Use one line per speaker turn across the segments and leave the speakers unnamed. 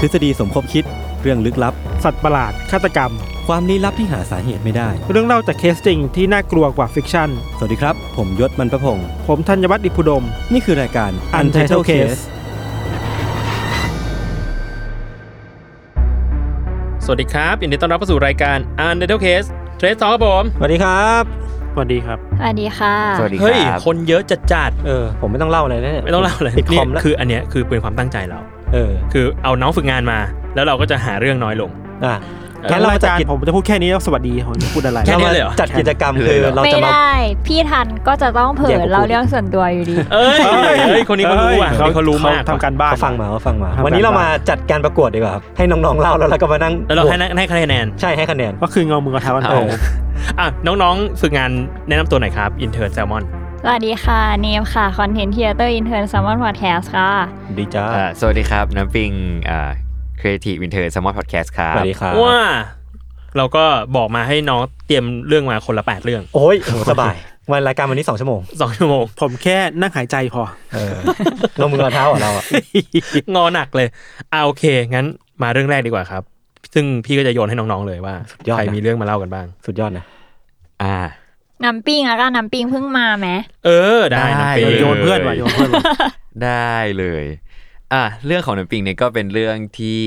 ทฤษฎีสมคบคิด เรื่องลึกลับ
สัตว์ประหลาด ฆาตกรรม
ความลี้ลับที่หาสาเหตุไม่ได้
เรื่องเล่าจากเคสจริงที่น่ากลัวกว่าฟิกชั่น
สวัสดีครับ ผมยศมันประพงศ์
ผมธัญวัฒน์อิพุดม
นี่คือรายการ Untitled Case
สวัสดีครับยินดีต้อนรับเข้าสู่รายการ u n d e r t a l e Case เทรสท็อปผม
สวัสดีครับ
สวัสดีครับ
สวัสดีค่ะ
สวัสดีค
เฮ้ย
รับ
คนเยอะจัดจัด
เออ ผมไม่ต้องเล่าอะไรแล้วเนี่ย
ๆไม่ต้องเล่าเลย
ปิดค
นี่
อมแล้ว
คืออันเนี้ยคือเป็นความตั้งใจเรา
เออ
คือเอาน้องฝึกงานมา แล้วเราก็จะหาเรื่องน้อยลง
อ่ะ
งั้น
เรา
ราย
จัด
การ
กิจ
ผมจะพูดแค่นี้แล้วสวัสดีผมจะพูดอะไร
แค่ นี้เลยเหรอ
จัดกิจกรรมคือเรา
ไม่
จะมา
ได้ พี่ทันก็จะต้องเผ
แย่
ย
งกับ
เรา
คุณ
เรื่องส่วนตัว อยู่ดี
เอ้ยเฮ้ยคนนี้เขารู้อ่ะคนนี้เขารู้มาก
ทำการบ้าน
เขาฟังมาเขาฟังมา
ทำ
วันนี้
การบ้าม
เราาน จัดการประกวดดีกว่าครับให้น้องๆเล่าแล้วเราก็มานั่ง
แล้วเราให้นะให้คะแนน
ใช่ให้คะแนน
ก็คือเงามือกับเท้ากัน
เอ
โต
อ
อ่ะน้องๆฝึกงานแนะนำตัวหน่อยครับ อินเทอร์แซลมอน
สวัสดีค่ะ เนมค่ะ คอนเทนต์เทเตอร์อินเทอร์ซัมมอนพอดแคสต์ค่ะ
ดีจ้า
อ่าสวัสดีครับ น้ำปิงอ่า Creative Winter Summer Podcast ครั
ส
บ
วัสดีครับ
ว่า เราก็บอกมาให้น้องเตรียมเรื่องมาคนละ 8 เรื่อง
โอ้ยโหสบาย วันรายการวันนี้สองชั่วโมง
2 ชั่วโมง
ผมแค่นั่งหายใจพอ
เอ อลงมือกอนเท้าอ่ะเราอ่ะ
งอหนักเลยอ่ะโอเค งั้นมาเรื่องแรกดีกว่าครับ ซึ่งพี่ก็จะโยนให้น้องๆเลยว่าใครมีเรื่องมาเล่ากันบ้าง
สุดยอดนะ
อ่า
น้ำปิ้งแล้วก็น้ำปิ้งเพิ่งมาไหม
เออได้นะ
ได้
ปี
โยนเพื่อนว่ะโยนเพื่อนว่ะ
ได้เลย อ่าเรื่องของน้ำปิงเนี่ยก็เป็นเรื่องที่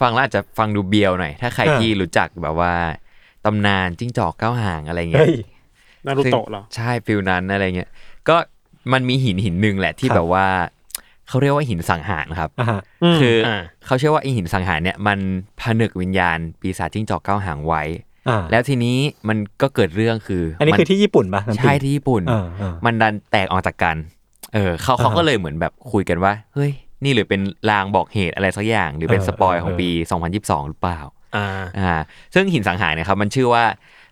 ฟังแล้วอาจจะฟังดูเบียวหน่อย ถ้าใคร
อ่า
ที่รู้จักแบบว่าตำนานจิ้งจอกเก้าหางอะไรเงี้
เฮ้
ย
ย
นารูโตะเหรอ
ซึ่งใช่ฟิลนั้นอะไรเงี้ย ก็มันมีหินหินหนึ่งแหละที่
ครับ
แบบว่าเขาเรียกว่าหินสังหารครับ
อ่ะฮะ
อืม
คืออา เขาเชื่อว่าไอหินสังหารเนี่ยมันผนึกวิญญาณ ปีศาจจิ้งจอกเก้าหางไว้
อ่า
แล้วทีนี้มันก็เกิดเรื่องคืออั
อันนี้คือที่ญี่ปุ่นปะน้ำพริก
ใช่ที่ญี่ปุ่น
อ่าอ่า
มันดันแตกออกจากกัน เออเขาเขา
อ่าฮะ
ก็เลยเหมือนแบบคุยกันว่า เฮ้ย นี่หรือเป็นลางบอกเหตุอะไรสักอย่าง หรือเป็น
เออ
สปอยของ
เออ
ปี 2022 หรือเปล่า
อ่า
อ่าซึ่งหินสังหารเนี่ยครับมันชื่อว่า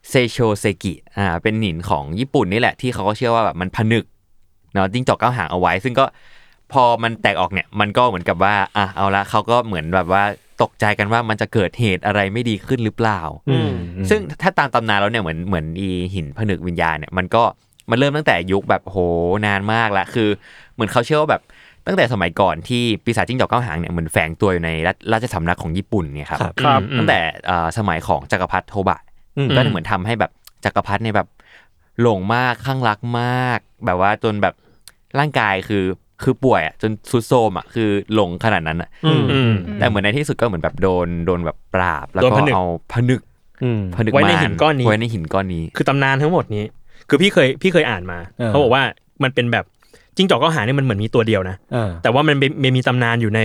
เซโชเซกิอ่าเป็นหินของญี่ปุ่นนี่แหละที่เขาก็เชื่อว่าแบบมันผนึกเนาะจิ้งจอกเก้าหางเอาไว้ ซึ่งก็พอมันแตกออกเนี่ยมันก็เหมือนกับว่าอ่ะเอาละเขาก็เหมือนแบบว่าตกใจกันว่ามันจะเกิดเหตุอะไรไม่ดีขึ้นหรือเปล่า
อืม
ซึ่งถ้าตามตำนานแล้วเนี่ยเหมือนเหมือนอีหินผนึกวิญญาณเนี่ยมันก็มันเริ่มตั้งแต่ยุคแบบโหนานมากละคือ เหมือนเขาเชื่อว่าแบบตั้งแต่สมัยก่อนที่ปีศาจจิ้งจอกเก้าหางเนี่ยเหมือนแฝงตัวอยู่ในรัฐราชสำนักของญี่ปุ่นเนี่ยครับ
ครับ
ครับ
ตั้งแต่เอ่อสมัยของจักรพรรดิโทบะ
อืม
ก็เหมือนทำให้แบบจักรพรรดิเนี่ยแบบหลงมากข้างรักมาก แบบว่าจนแบบร่างกายคือคือป่วยอ่ะจนสุดโทรมอ่ะคือหลงขนาดนั้นอ่ะ
อืม
อืม
แต่เหมือนในที่สุดก็เหมือนแบบโดนโดนแบบปราบ แล้ว
โดน
ก็
ผนึก
เอาผนึก
อืม
ผนึก
ไว้ใน
มา
หินก้อนนี้
ไว้ในหินก้อนนี้
คือตำนานทั้งหมดนี้ คือพี่เคยพี่เคยอ่านมา
เออ
เขาบอกว่ามันเป็นแบบจิ้งจอกเก้าหางเนี่ยมันเหมือนมีตัวเดียวนะ
อ่า
แต่ว่ามันเป็นมันมีตำนานอยู่ใน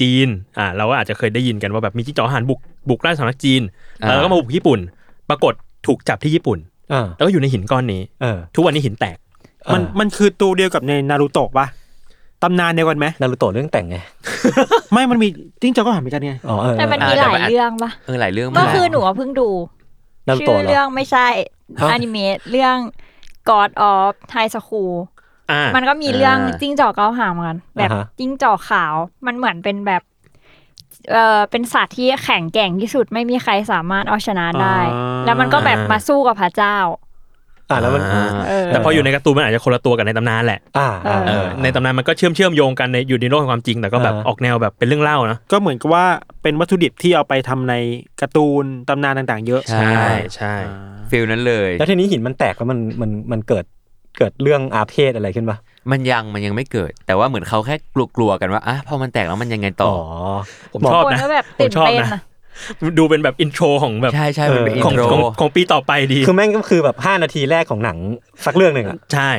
จีน อ่าเราก็อาจจะเคยได้ยินกันว่าแบบมีจิ้งจอกเก้าหางบุกบุกไล่สำนักจีน
อ่า
แล้วก็มาบุกญี่ปุ่น ปรากฏถูกจับที่ญี่ปุ่น
อ่า
แล้วก็อยู่ในหินก้อนนี้
เออ
ทุกวันนี้หินแตก
มันมันคือตัวเดียวกับในนารูโตะปะตำนานเดียวกันไหม
นารูโตะเรื่องแต่งไง
ไม่มันมีจิ้งจอกก็หันไปกันไง
อ๋อเออ
แต่มันมีหลายเรื่องปะ
เออหลายเรื่อง
ก็
มาก
คือหนูอะเพิ่งดู
นารู
ชื่
โตะ
อ
เหร
เรื่อ
อ
งไม่ใช่
ฮะ
อนิเมะเรื่อง God of High School
อ่า
มันก็มีเรื่อง
อ่า
จิ้งจอกเก้าหางเหมือนกันแบบ
อ่าฮะ
จิ้งจอกขาวมันเหมือนเป็นแบบเออเป็นสัตว์ที่แข็งแกร่งที่สุดไม่มีใครสามารถเอาชนะได้
อ่า
แล้วมันก็แบบ
อ่าม
มาสู้กับพระเจ้า
อ่าแล้วมัน
อ่า
เ
แต่พออยู่ในการ์ตูนมันอาจจะคนละตัวกับในตำนานแหละ
อ่าอ่า
เออ
ในตำนานมันก็เชื่อมเชื่อมโยงกันในอยู่ในโลกแห่งความจริงแต่ก็แบบ
อ่า
ออกแนวแบบเป็นเรื่องเล่านะ
ก็เหมือนกับว่าเป็นวัตถุดิบที่เอาไปทำในการ์ตูนตำนานต่างๆ เยอะ
ใช่
ใช่
อ่า
ฟิลนั้นเลย
แล้วทีนี้หินมันแตกแล้วมันมันมันเกิดเกิดเรื่องอาเพศอะไรขึ้นปะ
มันยังมันยังไม่เกิด แต่ว่าเหมือนเขาแค่กลัวๆกันว่าอ่ะพอมันแตกแล้วมันยังไงต่อ
อ๋อ
ผมชอบ
คน
นะ
ก็แบบ
ผ
ตื่
ม
น
ชอบ
เต้น
นะ
อะ
ดูเป็นแบบอินโทรของแบบ
ใช่ใช่มันเป็นอิน
ของ
โทร
ของของปีต่อไปดี
คือแม่งก็คือแบบ 5 นาทีแรกของหนังสักเรื่องหนึ่งอ่ะ
ใช่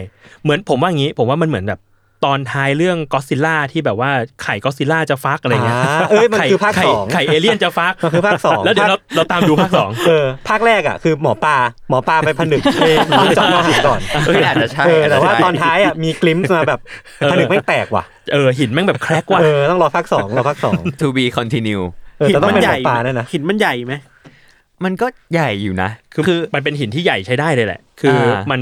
เหมือนผมว่าอย่างนี้ผมว่ามันเหมือนแบบตอนท้ายเรื่องก็ซิลล่าที่แบบว่าไข่ก็ซิลล่าจะฟักอะไรเงี้ย
อ่าเอ้ยมันคือภาค
ไข่
สอง
ไข่เอเลี่ยนจะฟัก
มันคือภาคสอง
แล้วเดี๋ยวเราเราตามดูภาคสอง
เออภาคแรกอ่ะคือหมอปลาหมอปลาไปผนึกเองจอมหินก่อน
เอออาจจะใช่
เออแต่ว่า
จจะใช่
ตอนท้ายอ่ะมีกลิมส์มาแบบผนึกไม่งแตกว่ะ
เออหินแม่งแบบแครกว่ะ
เออต้องรอภาคสองรอภาคสอง
2 to be continue
เออแต่ต้องเป็น
หินมัน
หมอป
ใหญ่
ลานั่นนะ
หินมันใหญ่ไหม
มันก็ใหญ่อยู่นะ
คือมันเป็นหินที่ใหญ่ใช้ได้เลยแหละ คืออามั
มั
น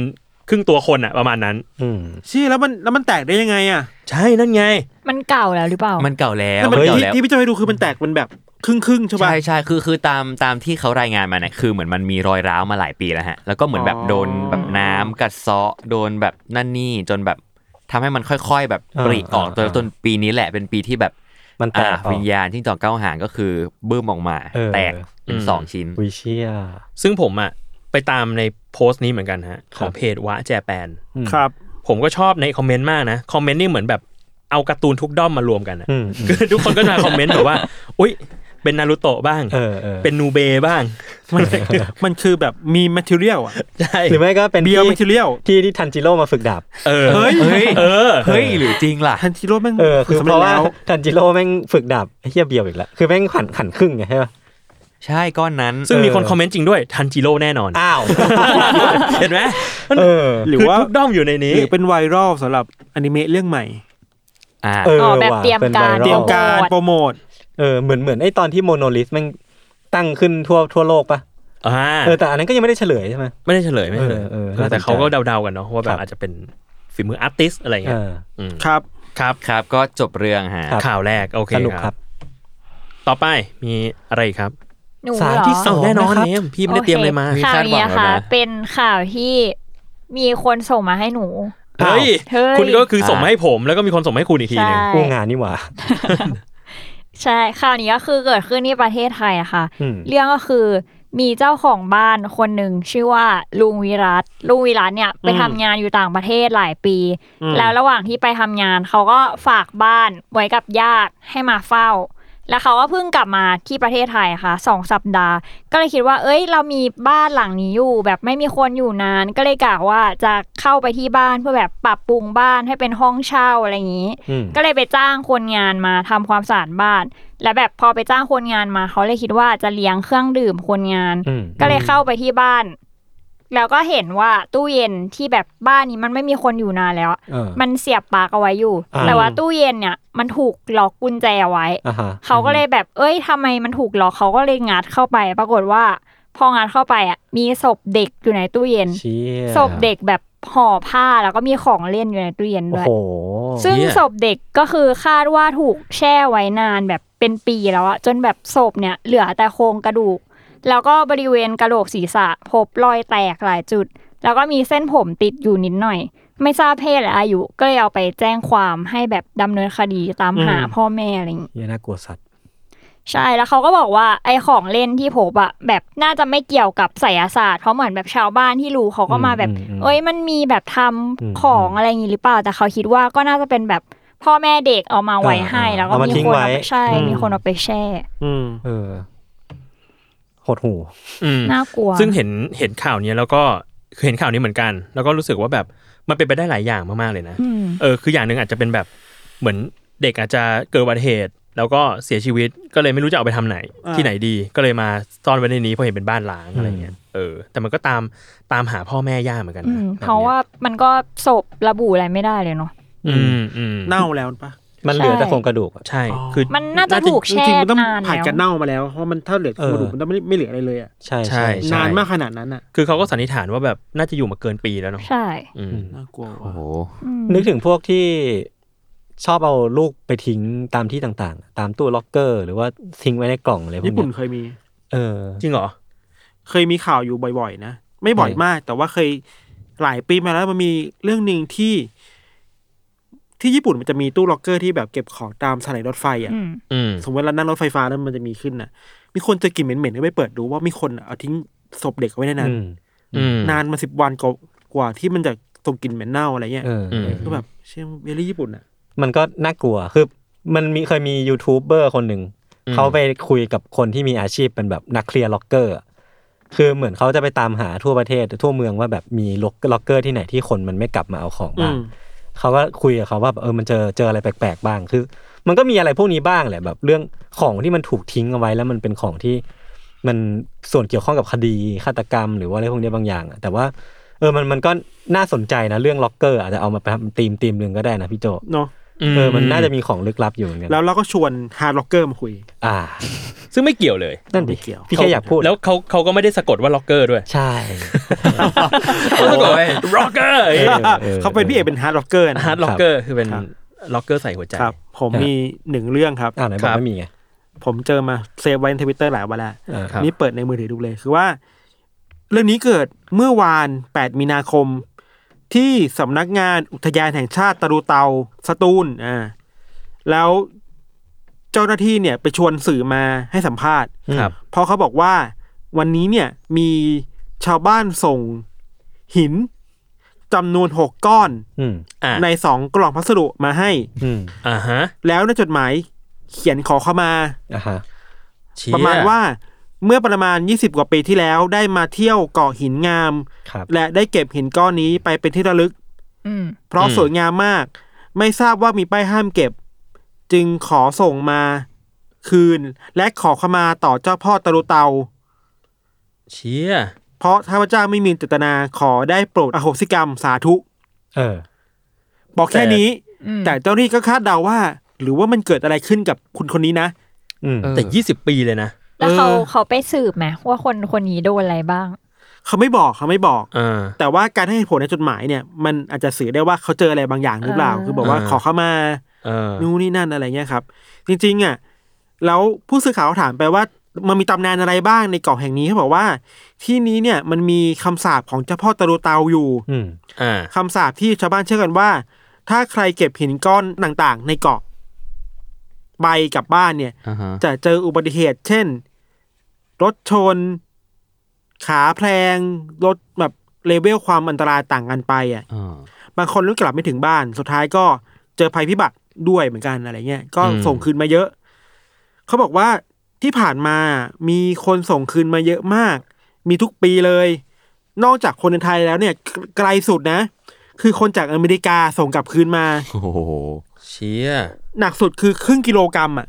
ครึ่งตัวคนอ่ะประมาณนั้น
อืม
ชี่แล้วมันแล้วมันแตกได้ยังไงอ่ะ
ใช่นั่นไง
มันเก่าแล้วหรือเปล่า
มันเก่าแล้ว
แล้วมัน
เก่า
ที่
แล้ว
ที่พี่จะไปดูคือมันแตกเป็นแบบครึ่งครึ่งๆใช่ปะ
ใช่ใช่คือคือตามตามที่เขารายงานมาเนี่ยคือเหมือนมันมีรอยร้าวมาหลายปีแล้วฮะ แล้วก็เหมือนแบบ
อ๋อ
โดนแบบน้ำกัดเซาะโดนแบบนั่นนี่จนแบบทำให้มันค่อย ๆ แบบปริออก
อ่า
จน
อ่า
จนปีนี้แหละเป็นปีที่แบบ
มันแต
อ่าก
ออก
วิญญาณที่จอกเก้าหางก็คือบื้มออกมา
เออ
แตกเป็น
อืม
สองชิ้น
วิเชีย
ซึ่งผมอ่ะไปตามในโพสต์นี้เหมือนกันฮะของเพจวะแจแปน
ครับ
ผมก็ชอบในคอมเมนต์มากนะ คอมเมนต์นี่เหมือนแบบเอาการ์ตูนทุกด้อมมารวมกันอะ
อืม
คือ ทุกคนก็จะมาคอมเมนต์แบบว่า อุ้ยเป็นนารูโตะบ้าง
เออเออ
เป็นนูเบบ้าง
มันมันคือแบบมี material อ่ะ
ใช่
หรือไม่ก็เป็น
b ี o
ที่
material
ที่ที่ทันจิโร่มาฝึกดาบ
เออ
เฮ้ย
เออ
เฮ้ยหรือจริงล่ะ
ทันจิโร่แม่ง
เออคือ
สำ
เพ
เร็จ
ราะว่า
แล้ว
ทันจิโร่แม่งฝึกดาบไอ้เฮียเบียวอีกแล้วคือแม่งขันขันครึ่งไงใช่ปะ
ใช่ก้อนนั้น
ซึ่งมีคน
เออ
คอมเมนต์จริงด้วยทันจิโร่แน่นอน
อ้าว
เห็นไหม
เออ
หรือ
คือ
ว่า
ทุกด้อมอยู่ในนี้
หรือเป็นไวรัลสำหรับอนิเมะเรื่องใหม่
อ่า
เออ
อ๋อแบบ
ว่ะ
เตรียม
ป็น
การ
ไวล
เตรียมการโปรโมท
เออเหมือนเหมือนไอ้ตอนที่โมโนลิสมันตั้งขึ้นทั่วทั่วโลกปะ
อ่า
เออแต่อันนั้นก็ยังไม่ได้เฉลยใช่ไหม
ไม่ได้เฉลยไม่เฉลย
เออเออ
เออแต่
น่าสนใจ
เขาก็เดาๆกันเนาะว่า
ค
แบ
รับ บ
อาจจะเป็นฝีมืออาร์ติสอะไร
เอ
เงี้ย
อ
ม
ครับ
ครับ
ครับก็จบเรื่องฮะ
ครับ
ข่าวแรกโอเค
สนุกครับ
ต่อไปมีอะไรอีกครับ
หนู
สาย
เหรอ
ที่สอง
แน่นอน
นะครับ
เนมพี่ไม่ได้เตรียมอะไรมา
โอเคข่าวนี้นะคะ
คาดหวังแล้วนะ
เป็นข่าวที่มีคนส่งมาให้หนู
เฮ้ย
เฮ้ย
คุณก็คือส่งมาให้ผมแล้วก็มีคนส่งมาให้คุณอีกทีหนึง
ใช่
กู้งานนี่หว่า
ใช่ข่าวนี้ก็คือเกิดขึ้นที่ประเทศไทยอะค่ะ
อืม
เรื่องก็คือมีเจ้าของบ้านคนหนึ่งชื่อว่าลุงวิรัตลุงวิรัตเนี่ยไปทำงานอยู่ต่างประเทศหลายปี แล้วระหว่างที่ไปทำงานเขาก็ฝากบ้านไว้กับญาติให้มาเฝ้า แล้วเขาก็เพิ่งกลับมาที่ประเทศไทยอะค่ะสองสัปดาห์ ก็เลยคิดว่า เอ้ย เรามีบ้านหลังนี้อยู่ แบบไม่มีคนอยู่นาน ก็เลยกะว่าจะเข้าไปที่บ้านเพื่อแบบปรับปรุงบ้านให้เป็นห้องเช่าอะไรอย่างนี้
อืม
ก็เลยไปจ้างคนงานมาทำความสะอาดบ้าน และแบบพอไปจ้างคนงานมาเขาเลยคิดว่าจะเลี้ยงเครื่องดื่มคนงาน
อืม
ก็เลยเข้าไปที่บ้าน แล้วก็เห็นว่าตู้เย็นที่แบบบ้านนี้มันไม่มีคนอยู่นานแล้วอะ
เออ
มันเสียบปลั๊กเอาไว้อยู่
อ่า
แต่ว่าตู้เย็นเนี่ยมันถูกล็อกกุญแจไว้
อ่าฮะ
เขาก็เลยแบบ เอ้ยทำไมมันถูกล็อกเขาก็เลยงัดเข้าไป ปรากฏว่า พองัดเข้าไปอ่ะ มีศพเด็กอยู่ในตู้เย็น
เชี่ย
ศพเด็กแบบห่อผ้าแล้วก็มีของเล่นอยู่ในตู้เย็น
โอ้
ด้วย
โห
ซึ่ง
เหี้ย
ศพเด็กก็คือคาดว่าถูกแช่ไว้นานแบบเป็นปีแล้วอะจนแบบศพเนี่ยเหลือแต่โครงกระดูก แล้วก็บริเวณกระโหลกศีรษะ พบรอยแตกหลายจุด แล้วก็มีเส้นผมติดอยู่นิดหน่อย ไม่ทราบเพศและอายุก็เลยเอาไปแจ้งความให้แบบดำเนินคดีตามหา
อืม
พ่อแม่อะไรอย่างงี้
เหี้ยน่ากลัวสัตว์
ใช่แล้วเขาก็บอกว่าไอของเล่นที่พบอะแบบน่าจะไม่เกี่ยวกับไสยศาสตร์เพราะเหมือนแบบชาวบ้านที่รู้เขาก็มาแบบ
อืมอืม
เอ้ยมันมีแบบทำ
อืม
ของอะไรอย่างงี้หรือเปล่า แต่เขาคิดว่าก็น่าจะเป็นแบบพ่อแม่เด็กเอามาไว้ให้
อ่า
แล้วก็
เอามา
มี
ทิ้ง
คน
ไว้
เอาไปใช่
อืม
มีคนเอาไปแช่
อืม
เออหดหู
อืม
น่ากลัว
ซึ่งเห็นเห็นข่าวเนี้ยแล้วก็คือเห็นข่าวนี้เหมือนกัน แล้วก็รู้สึกว่าแบบมันเป็นไปได้หลายอย่างมากๆเลยนะ
อืม
เออคืออย่างหนึ่งอาจจะเป็นแบบเหมือนเด็กอาจจะเกิดอุบัติเหตุ แล้วก็เสียชีวิตก็เลยไม่รู้จะเอาไปทำไหน
อ่า
ที่ไหนดีก็เลยมาซ่อนไว้ในนี้เพราะเห็นเป็นบ้านล้างอะไรเงี้ยเออ แต่มันก็ตามตามหาพ่อแม่ยากเหมือนกัน
อื
นะ
มเพราะว่ามันก็ศพระบุอะไรไม่ได้เลยเนาะ
อืมอืม
เน่าแล้วปะ
มันเหลือ
ใช่
แต่โครงกระดูกอะ
ใช่คือ
มันน่าจะถูกแช่
จริงๆมันต้อง
นาน
ผ่าน
แล้ว
การเน่ามาแล้วเพราะมันถ้าเหลือ
เออ
กระดูกมันต้องไม่ไม่เหลืออะไรเลยอ่ะ
ใช่
ใช่
ใช่
ใช่
นานมากขนาดนั้นอ่ะ
คือเขาก็สันนิษฐานว่าแบบน่าจะอยู่มาเกินปีแล้วเนาะ
ใช่
อืม
น่ากลัว
โอ้โห
อืม
นึกถึงพวกที่ชอบเอาลูกไปทิ้งตามที่ต่างๆ ตามตู้ล็อกเกอร์ หรือว่าทิ้งไว้ในกล่องอะไรพวก
ญี่ปุ่น
เนี้ย
เคยมี
เออ
จริงเหรอ
เคยมีข่าวอยู่บ่อยๆนะ ไม่บ่อย
ใช่
มาก แต่ว่าเคย หลายปีมาแล้วมันมีเรื่องหนึ่งที่ ที่ญี่ปุ่นมันจะมีตู้ล็อกเกอร์ที่แบบเก็บของตามสถานีรถไฟอ่ะ
อืม
อืม
สมมติเรานั่งรถไฟฟ้าแล้วมันจะมีขึ้นน่ะ มีคนเจะกลิ่นเหม็นๆก็ไปเปิดดูว่ามีคนเอาทิ้งศพเด็กไว้ในนั้น
อืม
อืม
นานมาสิบวันกว่ากว่าที่มันจะส่งกลิ่นเหม็นเน่าอะไรเงี้ย
เอออ
ม
ก็แบบเชื่อเบลลี่ญี่ปุ่นอ่ะ
มันก็น่ากลัวคือมันมีเคยมียูทูบเบอร์คนหนึ่ง
อืม
เขาไปคุยกับคนที่มีอาชีพเป็นแบบนักเคลียร์ล็อกเกอร์อะคือเหมือนเขาจะไปตามหาทั่วประเทศทั่วเมืองว่าแบบมีล็อกล็อกเกอร์ที่ไหนที่คนมันไม่กลับมาเอาของ
อื
บ้าง
ม
เขาก็คุยกับเขาว่าแบบเออมันเจอเจออะไรแปลกๆบ้างคือ มันก็มีอะไรพวกนี้บ้างแหละแบบเรื่องของที่มันถูกทิ้งเอาไว้แล้วมันเป็นของที่ มันส่วนเกี่ยวข้องกับคดีฆาตกรรม หรือว่าอะไรพวกนี้บางอย่างอะแต่ว่า เออมันมันก็น่าสนใจนะเรื่องล็อกเกอร์อาจจะเอามาทำธีมธีมหนึ่งก็ได้นะพี่โจ
เนอะ
เออมันน่าจะมีของลึกลับอยู่เหมือนกัน
แล้วเราก็ชวนฮาร์ดล็อกเกอร์มาคุย
อ่า
ซึ่งไม่เกี่ยวเลย
นั่นดิ
ไม่เกี่ยว
พี่แค่อยากพูด
แล้วเขาเขาก็ไม่ได้สะกดว่าล็อกเกอร์ด้วย
ใช่
เขาสะกดล็อกเกอร์
เออเออ
เขาเป็นพี่เอกเป็นฮาร์ดล็อกเกอร์นะ
ฮาร์ดล็อกเกอร์คือเป็นล็อกเกอร์ใส่หัวใจ
ครับ ผมมีหนึ่งเรื่องครับ
อ้าวไหนบอ
ครั
ก
บ
ไม่มีไง
ผมเจอมาเซฟไว้ในทวิตเตอร์หลายวันแล้ว
เออ
ครับ
นี่เปิดในมือถือดูเลย คือว่า เรื่องนี้เกิดเมื่อวาน 8 มีนาคม ที่สำนักงานอุทยานแห่งชาติตะรูเตาสตูลอ่าแล้วเจ้าหน้าที่เนี่ยไปชวนสื่อมาให้สัมภาษณ์
ครับ
เพราะเขาบอกว่าวันนี้เนี่ยมีชาวบ้านส่งหินจำนวนหกก้อน
อืม
อ่า
ในสองกล่องพัสดุมาให้
อืม
อ่าฮะ
แล้วในจดหมายเขียนขอเข้ามา
อ่ะฮะ
เชี่ย
ประมาณว่าเมื่อประมาณ 20 กว่าปีที่แล้วได้มาเที่ยวเกาะหินงาม
ครับ
และได้เก็บหินก้อนนี้ไปเป็นที่ระลึก
อืม
เพราะสวยงามมาก ไม่ทราบว่ามีป้ายห้ามเก็บ จึงขอส่งมาคืน และขอขมาต่อเจ้าพ่อตะลุเตา
เชี่ย
เพราะท้าพเจ้าไม่มีเจตนาขอได้โปรดอโหสิกรรมสาธุ
เออ
บอกแค่นี้
อืม
แต่เจ้าหนี้ก็คาดเดาว่า หรือว่ามันเกิดอะไรขึ้นกับคุณคนนี้นะ
อืม
แต่ยี่สิบปีเลยนะ
แล้วเขา
เออ
เขาไปสืบไหมว่าคนคนนี้โดนอะไรบ้าง
เขาไม่บอกเขาไม่บอก
อ่า
แต่ว่าการให้เหตุผลในจดหมายเนี่ย มันอาจจะสื่อได้ว่าเขาเจออะไรบางอย่างหรือเปล่า
อ่า
คือบอกว่า
อ่า
ขอเข้ามา
เออ
นู่นนี่นั่นอะไรเงี้ยครับ จริงๆอ่ะแล้วผู้สื่อข่าวถามไปว่า มันมีตำนานอะไรบ้างในเกาะแห่งนี้เขาบอกว่า ที่นี้เนี่ยมันมีคำสาปของเจ้าพ่อตะรูเตาอยู่
อืม
อ่า
คำสาปที่ชาวบ้านเชื่อกันว่า ถ้าใครเก็บหินก้อนต่างๆ ในเกาะไปกลับบ้านเนี่ย
อ่าฮะ
จะเจออุบัติเหตุ เช่น รถชน ขาแพลง รถแบบเลเวลความอันตรายต่างกันไปอ่ะ
อ่า
บางคนรู้กลับไม่ถึงบ้าน สุดท้ายก็เจอภัยพิบัติด้วยเหมือนกันอะไรเงี้ย ก็ส่งคืนมาเยอะ เขาบอกว่าที่ผ่านมามีคนส่งคืนมาเยอะมาก มีทุกปีเลย นอกจากคนในไทยแล้วเนี่ยไกลไกลสุดนะ คือคนจากอเมริกาส่งกลับคืนมา
โอ้โห
เชี่ย
หนักสุดคือครึ่งกิโลกรรัมอ่ะ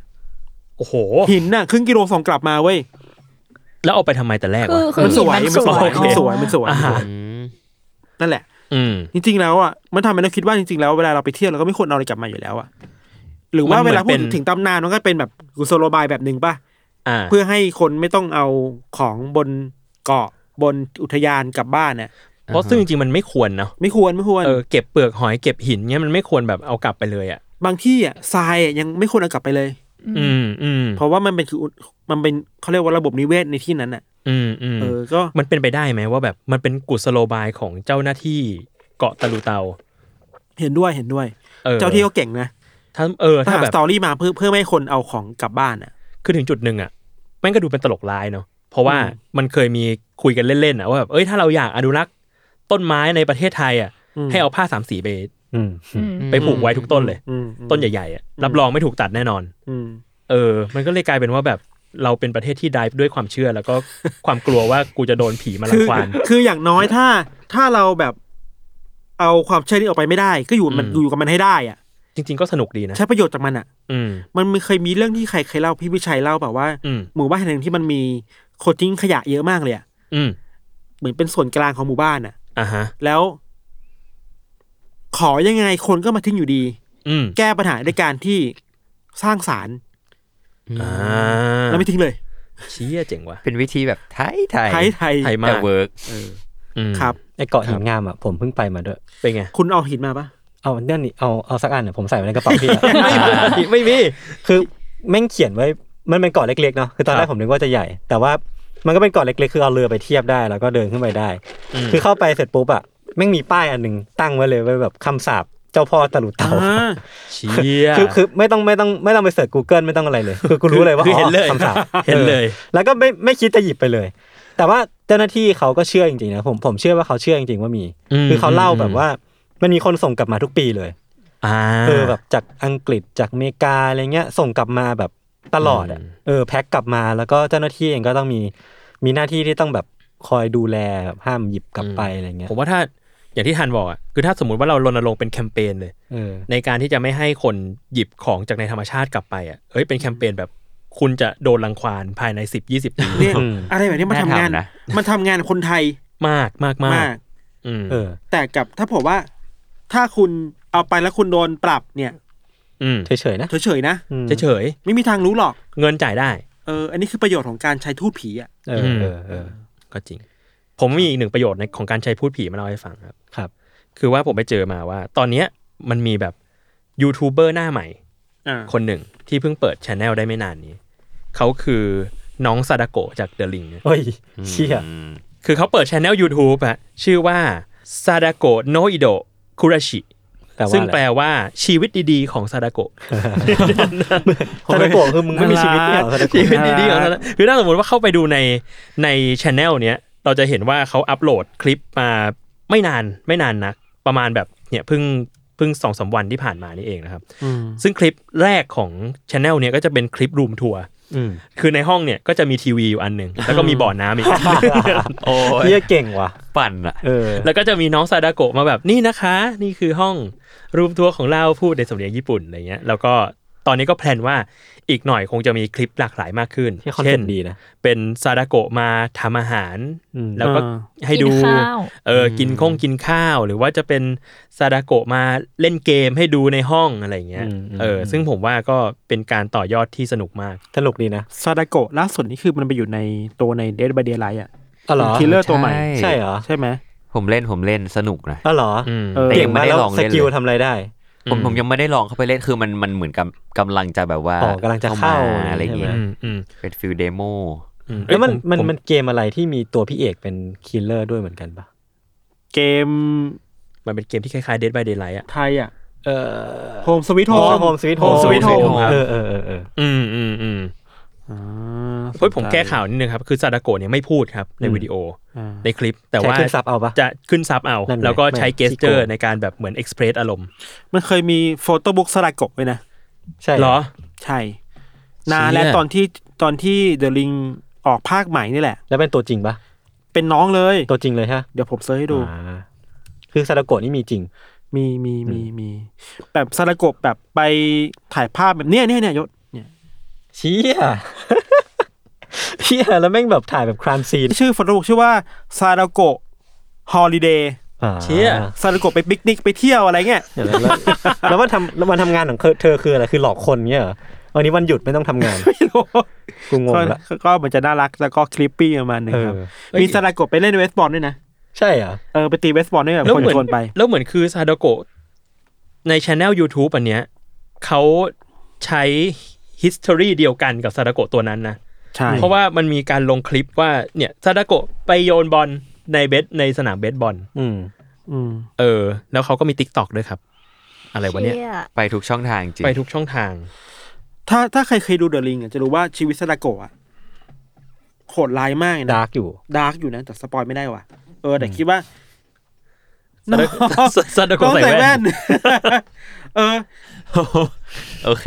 โอ้โห
หินน่ะครึ่งกิโลส่งกลับมาเว้ย
แล้วเอาไปทำไมแต่แรก
คือคื
วะ
อ
มันสวย
หิ
มัน
น
สวย
อ๋อ
มันสวยมันสวย
อ่า
อืม
นั่นแหละ
อืม
จริงๆแล้วอ่ะมันทำให้เราคิดว่าจริงๆแล้วเวลาเราไปเที่ยวเราก็ไม่ควรเอาอะไรกลับมาอยู่แล้วอ่ะหรือว่า
มันเห
เว
มือน
ลาพู
เป็
ด
น
ถึงตำนานมันก็เป็นแบบกุศโลบายแบบหนึ่งป่ะ
อ่า
เพื่อให้คนไม่ต้องเอาของบนเกาะบนอุทยานกลับบ้านน่ะ
เพราะซึ่งจริงๆมันไม่ควรเนาะ
ไม่ควรไม่ควร
เออเก็บเปลือกหอยเก็บหินเงี้ยมันไม่ควรแบบเอากลับไปเลยอ่ะ
บางที่อ่ะทรายอ่ะยังไม่ควรเอากลับไปเลย
อืมอืม
เพราะว่ามันเป็นคือมันเป็นเขาเรียกว่าระบบนิเวศในที่นั้นอ่ะ
อืมอืม
เออก็
มันเป็นไปได้ไหมว่าแบบมันเป็นกุศโลบายของเจ้าหน้าที่เกาะตะลุเตา
เห็นด้วยเห็นด้วย
ออ
เจ้าที่เขาเก่งนะ
ถ้าเออ
ถ้า
ถ้า
หา
แบ
ส
บ
ตอรี่มาเพื่อเพื่อไม่ให้คนเอาของกลับบ้านอ่ะ
คือถึงจุดหนึ่งอ่ะแม่งก็ดูเป็นตลกร้ายเนาะเพราะว่า
อืม
มันเคยมีคุยกันเล่นๆอ่ะว่าแบบเอ้ยถ้าเราอยากอนุรักษ์ต้นไม้ในประเทศไทยอ่ะให้เอาผ้าสามสีไป
อืม
อืม
ไปผูกไว้ทุกต้นเลย
อืมอืม
ต้นใหญ่ๆอ่ะรับรองไม่ถูกตัดแน่นอน
อืม
เออ มันก็เลยกลายเป็นว่าแบบเราเป็นประเทศที่ได้ด้วยความเชื่อแล้วก็ ความกลัวว่ากูจะโดนผีมาลั
คื
ง
อ
ควาน
คืออย่างน้อยถ้าถ้าเราแบบเอาความเชื่อนี้ออกไปไม่ได้ ก็อยู่มัน
อืม
อยู่กับมันให้ได้อะ
จริง ๆ ก็สนุกดีนะ
ใช้ประโยชน์จากมันอ่ะ
อืม
มันมีเคยมีเรื่องที่ใครเคยเล่าพี่วิชัยเล่าแบบว่า
อืม
หมู่บ้านแห่งหนึ่งที่มันมีคนทิ้งขยะเยอะมากเลยอะ
อืม
เหมือนเป็นส่วนกลางของหมู่บ้านอ่ะ
อ่ะฮะ
แล้ว ขอยังไงคนก็มาทิ้งอยู่ดี
อืม
แก้ปัญหาด้วยการที่สร้างสาร
อ่า
แล้วไม่ทิ้งเลย
เชี้ยเจ๋งว่ะ
เป็นวิธีแบบไทยไทย
ไทยไทย
ไทยมา
แต่
ก
เวิร์ก
อืม
ครับ
ไอเกาะหินงามอ่ะผมเพิ่งไปมาด้วย
เป็นไง
คุณเอาหินมาปะ
เอาเนี่ยนี่เอาเอาสักอันเนี่ยผมใส่ไว้ในกระเป๋าพี่อะ
ไม่มี
คือแม่งเขียนไว้ มันเป็นเกาะเล็กๆเนาะ คือตอนแร
ครั
ก
บ
ผมนึกว่าจะใหญ่ แต่ว่ามันก็เป็นเกาะเล็กๆ คือเอาเรือไปเทียบได้ แล้วก็เดินขึ้นไปได้
อืม
คือเข้าไปเสร็จปุ๊บอะ แม่งมีป้ายอันหนึ่งตั้งไว้เลยไว้แบบคำสาปเจ้าพ่อตะลุเตา
อ่า
เชี่ย
คือคือไม่ต้องไม่ต้องไม่ต้องไปเสิร์ช Google ไม่ต้องอะไรเลย คือกูรู้ เลยว่า
คือเห็นเลย
อ๋อคำสาป
เห็นเลย
ออแล้วก็ไม่ไม่คิดจะหยิบไปเลย แต่ว่าเจ้าหน้าที่เขาก็เชื่อจริงๆนะผมผมเชื่อว่าเขาเชื่อจริงๆว่ามี
ม
คือเขาเล่าแบบว่ามันมีคนส่งกลับมาทุกปีเลย
อ่า
คือแบบจากอังกฤษจากอเมริกาอะไรเงี้ย ส่งกลับมาแบบตลอดอะ
อืม
เออแพ็คกลับมาแล้วก็เจ้าหน้าที่เองก็ต้องมีมีหน้าที่ที่ต้องแบบคอยดูแลแบบห้ามหยิบกลับไปอะไรเงี้ย
ผมว่าถ้าอย่างที่ทันบอกอ่ะคือถ้าสมมติว่าเรารณรงค์เป็นแคมเปญเลย
เออ
ในการที่จะไม่ให้คนหยิบของจากในธรรมชาติกลับไปอ่ะเอ้ยเป็นแคมเปญแบบคุณจะโดนรังควานภายในสิบยี่สิบ ปี
เนี่ย
อืม
อะไรแบบนี้มัน
น่า
ทำงาน
ทำนะ
มันทำงานคนไทย
มากมากมาม
าก ก
อืม
เออ
แต่กับถ้าผมว่า ถ้าคุณเอาไปแล้วคุณโดนปรับเนี่ย
อืม
เฉยๆนะ
เฉยๆนะ
อืม
เฉย
ไม่มีทางรู้หรอก
ๆเงินจ่ายได้
เออ อันนี้คือประโยชน์ของการใช้ทูตผีอ่ะ
เออเออเออ
ก็จริง ผมมีอีกหนึ่งประโยชน์ในของการใช้พูดผีมาเล่าให้ฟังครับ
ครับ
คือว่าผมไปเจอมาว่า ตอนเนี้ยมันมีแบบยูทูบเบอร์หน้าใหม่
อ่า
คนหนึ่งที่เพิ่งเปิดช anel ได้ไม่นานนี้ เขาคือน้องซาดาโกะจากเดอะลิง
เฮ้ยเชี่ย
คือเขาเปิดช anel YouTube อะชื่อว่าซาดาโกะโนอิโดคุราชิ
แต่ว่า
ซึ่ง
อะไร
แปลว่าชีวิตดีๆของซาดาโกะ
ซา ดาโกะคือมึงไม่มีชีวิตเนี่ยเหรอซาดา
ชีวิต
โกะ
ดีๆของซาดาคือถ้าสมมติว่าเข้าไปดูในในช anel เนี้ยเราจะเห็นว่าเขาอัปโหลดคลิปมาไม่นานไม่นานนัก ประมาณแบบเนี่ยเพิ่งเพิ่งสองสามวันที่ผ่านมานี่เองนะครับ
อืม
ซึ่งคลิปแรกของช anel เนี้ยก็จะเป็นคลิปรูมทัวร์
อืม
คือในห้องเนี่ยก็จะมีทีวีอยู่อันหนึ่งแล้วก็มีบ่อ น้ำอีก
โอ้ย
เฮียเก่งว่ะ
ปั่นอ่ะ
เออ
แล้วก็จะมีน้องซาดาโกะมาแบบนี่นะคะ นี่คือห้องรูมทัวร์ของเราพูดในสำเนียงญี่ปุ่นอะไรเงี้ยแล้วก็ตอนนี้ก็แพลนว่าอีกหน่อยคงจะมีคลิปหลากหลายมากขึ้น
ที่คอนเท
เช่
นต์ดีนะ
เป็นซาดาโกะมาทำอาหาร
อืม
แล้วก็
อ่า
ให้ดู
กินข้าว
เออกินข้องกินข้าว หรือว่าจะเป็นซาดาโกะมาเล่นเกมให้ดูในห้องอะไรเงี้ย
อืมอืม
เออซึ่งผมว่าก็เป็นการต่อยอดที่สนุกมาก
สนุกดีนะ
ซาดาโกะล่าสุดนี่คือมันไปอยู่ในตัวในเด a บ by เด y l ไลท์อ่ะ
อ๋อเหรอ
เป็น killer ตัวใหม่
ใช่เหรอ
ใช่ไหม
ผมเล่นผมเล่นสนุกนะ
อ๋อเหรอ
อืม
เออ
แต่
เก่
ยัง ง
มา
ไม่ได้
แล้ว
ลอง
ส
เล่น
กิล
เลย
ทำอะไรได้
ผมผมยังไม่ได้ลองเข้าไปเล่นคือมันมันเหมือนกับกำลังจะแบบว่า
อ๋อกำลังจะเข้า
มอะไรอย่างเงี้ย
อืมอืม
เป็นฟิลเดโม
อืม
แล้วมัน
เอ้ยผ
มัน
ผ
มันเกมอะไรที่มีตัวพี่เอกเป็นคิลเลอร์ด้วยเหมือนกันปะ
เกม
มันเป็นเกมที่คล้ายๆ Dead by Daylight อ่ะ
ไทยอ่ะ
เออ
โฮมสวิตโฮม
โฮมสวิตโฮ
Home Sweet Home
เออเออเออเออ
อืมอืมอืมเฮ้ยผมแก้ข่าวนิดนึงครับ คือซาดาโกะเนี่ยไม่พูดครับ ใน
อืม
วิดีโอ
อ่า
ในคลิป แต่
ใช้
ว่า
ขึ้นซับเอาปะ
จะขึ้นซับเอา
นั่นไง
แล้วก็ใช้
ไม่
เกสเจอ
ขี้
ร์
โกง
ในการแบบเหมือนเอ็กซ์เพรสอารมณ์
มันเคยมีโฟโต้บุ๊กซาดาโกะไว้นะ
ใช่
เหรอ
ใช่ นานแล้ว
เชี่ย
ตอนที่ตอนที่เดอะลิงออกภาคใหม่นี่แหละ
แล้วเป็นตัวจริงปะ
เป็นน้องเลย
ตัวจริงเลยฮะ
เดี๋ยวผมเซิร์ชให้ดู
อ่าคือซาดาโกะนี่มีจริง
มีมีมีมีแบบซาดาโกะแบบไปถ่ายภาพแบบเนี้ยเนี้ยเนี้ยยศเนี่ย
เชี่ย เชี่ยแล้วแม่งแบบถ่ายแบบครามซีน
ชื่อโฟโต้บุ๊กชื่อว่าซาดาโกะฮอลิเดย์
เชี่ย
ซาดาโกะไปปิกนิกไปเที่ยวอะไรเงี้ย
เดี๋ยวนะแล้ว แล้วมันทำแล้วมันทำงานของเธอเธอคืออะไรคือหลอกคนเงี้ยเหรอวันนี้วันหยุดไม่ต้องทำ งาน
ไม่รู้
กูงง
ก็
ละ
ก็มันจะน่ารักแล้วก็คลิปปี้ประมาณหนึ่ง
เออ
ครับ
เอ้ย
มีซาดาโกะไปเล่นเวสบอลด้วยนะ
ใช่เหรอ
เออไปตีเวสบอลด้วยแบบ
แล้ว
คน
เหมือน
ชวนไป
แล้วเหมือนคือซาดาโกะในช anel YouTube อันเนี้ยเขาใช้ history เดียวกันกับซาดาโกะตัวนั้นนะ
ใช่
เพราะว่ามันมีการลงคลิปว่าเนี่ยซาดาโกะไปโยนบอลในเบสในสนามเบสบอล
อืม
อืม
เออ แล้วเขาก็มี t ิ k t o k ด้วยครับ อะไรวะเนี่ย
ไปทุกช่องทางจริง
ไปทุกช่องทาง
ถ้าถ้าใครเคยดูเดอะลิงอ่ะจะรู้ว่าชีวิตซาดาโกะอะโหดร้ายมากเลยนะ
ดาร์กอยู่
ดาร์กอยู่นะ แต่สปอยไม่ได้ว่ะ เออ แต่คิดว่าน้อง
ซาดาโกะ
น้อง
ใส่
ใส่
แว่
แว่
น
น เออ
โอเค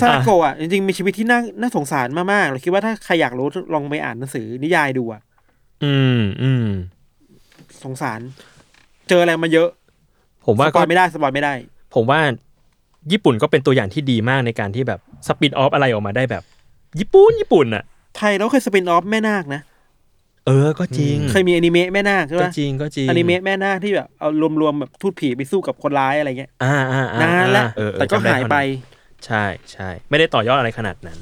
ซาดาโกะอ่ะ จริงๆ มีชีวิตที่น่าน่าสงสารมากๆเราคิดว่าถ้าใครอยากรู้ลองไปอ่านหนังสือนิยายดูอ่ะ
อืมอืม
สงสาร เจออะไรมาเยอะ
ผมว่า
สป
ก็
อยไม่ได้สปอยไม่ได้
ผมว่า ญี่ปุ่นก็เป็นตัวอย่างที่ดีมากในการที่แบบสปินออฟอะไรออกมาได้แบบ ญี่ปุ่นญี่ปุ่นอ่ะ
ไทยเราเคยสปินออฟแม่นาคนะ
เออ ก็จริง
เคยมีอนิเมะแม่นาคใช่
ก็
ไหม
จริงก็จริง
อนิเมะแม่นาคที่แบบเอารวมๆแบบทูตผีไปสู้กับคนร้ายอะไรเงี้ย
อ่าอ่าอ่
นานแล้ว
เออเออ
แต่ก็
จำด้
หายไป
ใช่ใช่ ไม่ได้ต่อยอดอะไรขนาดนั้น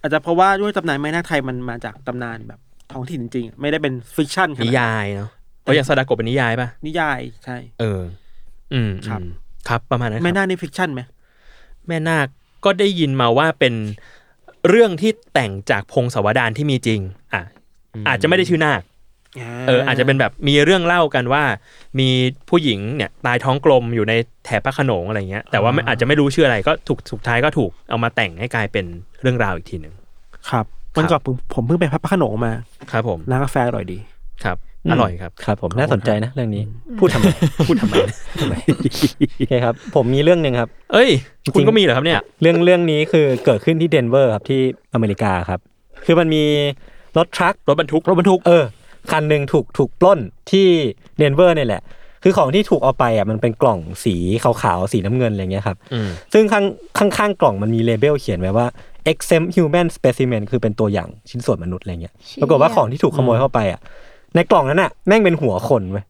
อาจจะเพราะว่าด้วยตำนานแม่นาคไทยมันมาจากตำนานแบบท้องถิ่นจริงๆอะไม่ได้เป็นฟิกชั่นขนาด
นิ
นั้น
ยายเนาะเพราะอย่างซาดาโกะเป็นนิยายป่ะ
นิยายใช่
เออ อืม
ครับ
อืมครับประมาณนั้นครับ
แม่นาคนี่ฟิกชั่นไหม
แม่นาคก็ได้ยินมาว่าเป็นเรื่องที่แต่งจากพงศาวดารที่มีจริง อ่ะอาจจะไม่ได้ชื่อนาค เอออาจจะเป็นแบบมีเรื่องเล่ากันว่า มีผู้หญิงเนี่ยตายท้องกลมอยู่ในแถบพระโขนงอะไรเงี้ยแต่ว่าไม่อาจจะไม่รู้ชื่ออะไรก็ถูกสุดท้ายก็ถูกเอามาแต่งให้กลายเป็นเรื่องราวอีกทีหนึ่ง
ครับวันก่อนผมผมเพิ่งไปพับพระโขนงมา
ครับผม
ร้านกาแฟอร่อยดี
ครับ อร่อยครับ
ครับผมน่าสนใจนะเรื่องนี้พูดทำไมพูดทำไมทำไม โอเคครับ ผมมีเรื่องหนึ่งครับ
เอ้ย
จ
คุ
ริ
ณ
ง
ก็มีเหรอครับเนี่ย
เรื่องเรื่องนี้คือเกิดขึ้นที่เดนเวอร์ครับที่อเมริกาครับ คือมันมีรถทรัค
รถบรรทุก
รถบรรทุกเออคันหนึ่งถูกถูกปล้นที่เดนเวอร์เนี่ยแหละ คือของที่ถูกเอาไปอ่ะมันเป็นกล่องสีขาวๆสีน้ำเงินอะไรเงี้ยครับ
อืม
ซึ่งข้างข้างข้างกล่องมันมีเลเบลเขียนไว้ว่า exempt human specimen คือเป็นตัวอย่างชิ้นส่วนมนุษย์อะไรเงี้ย
เชี่ย
ปรากฏว่าของที่ถูกขโมยเข้าไปอ่ะในกล่องนั้นอ่ะแม่งเป็นหัวคนเว้ย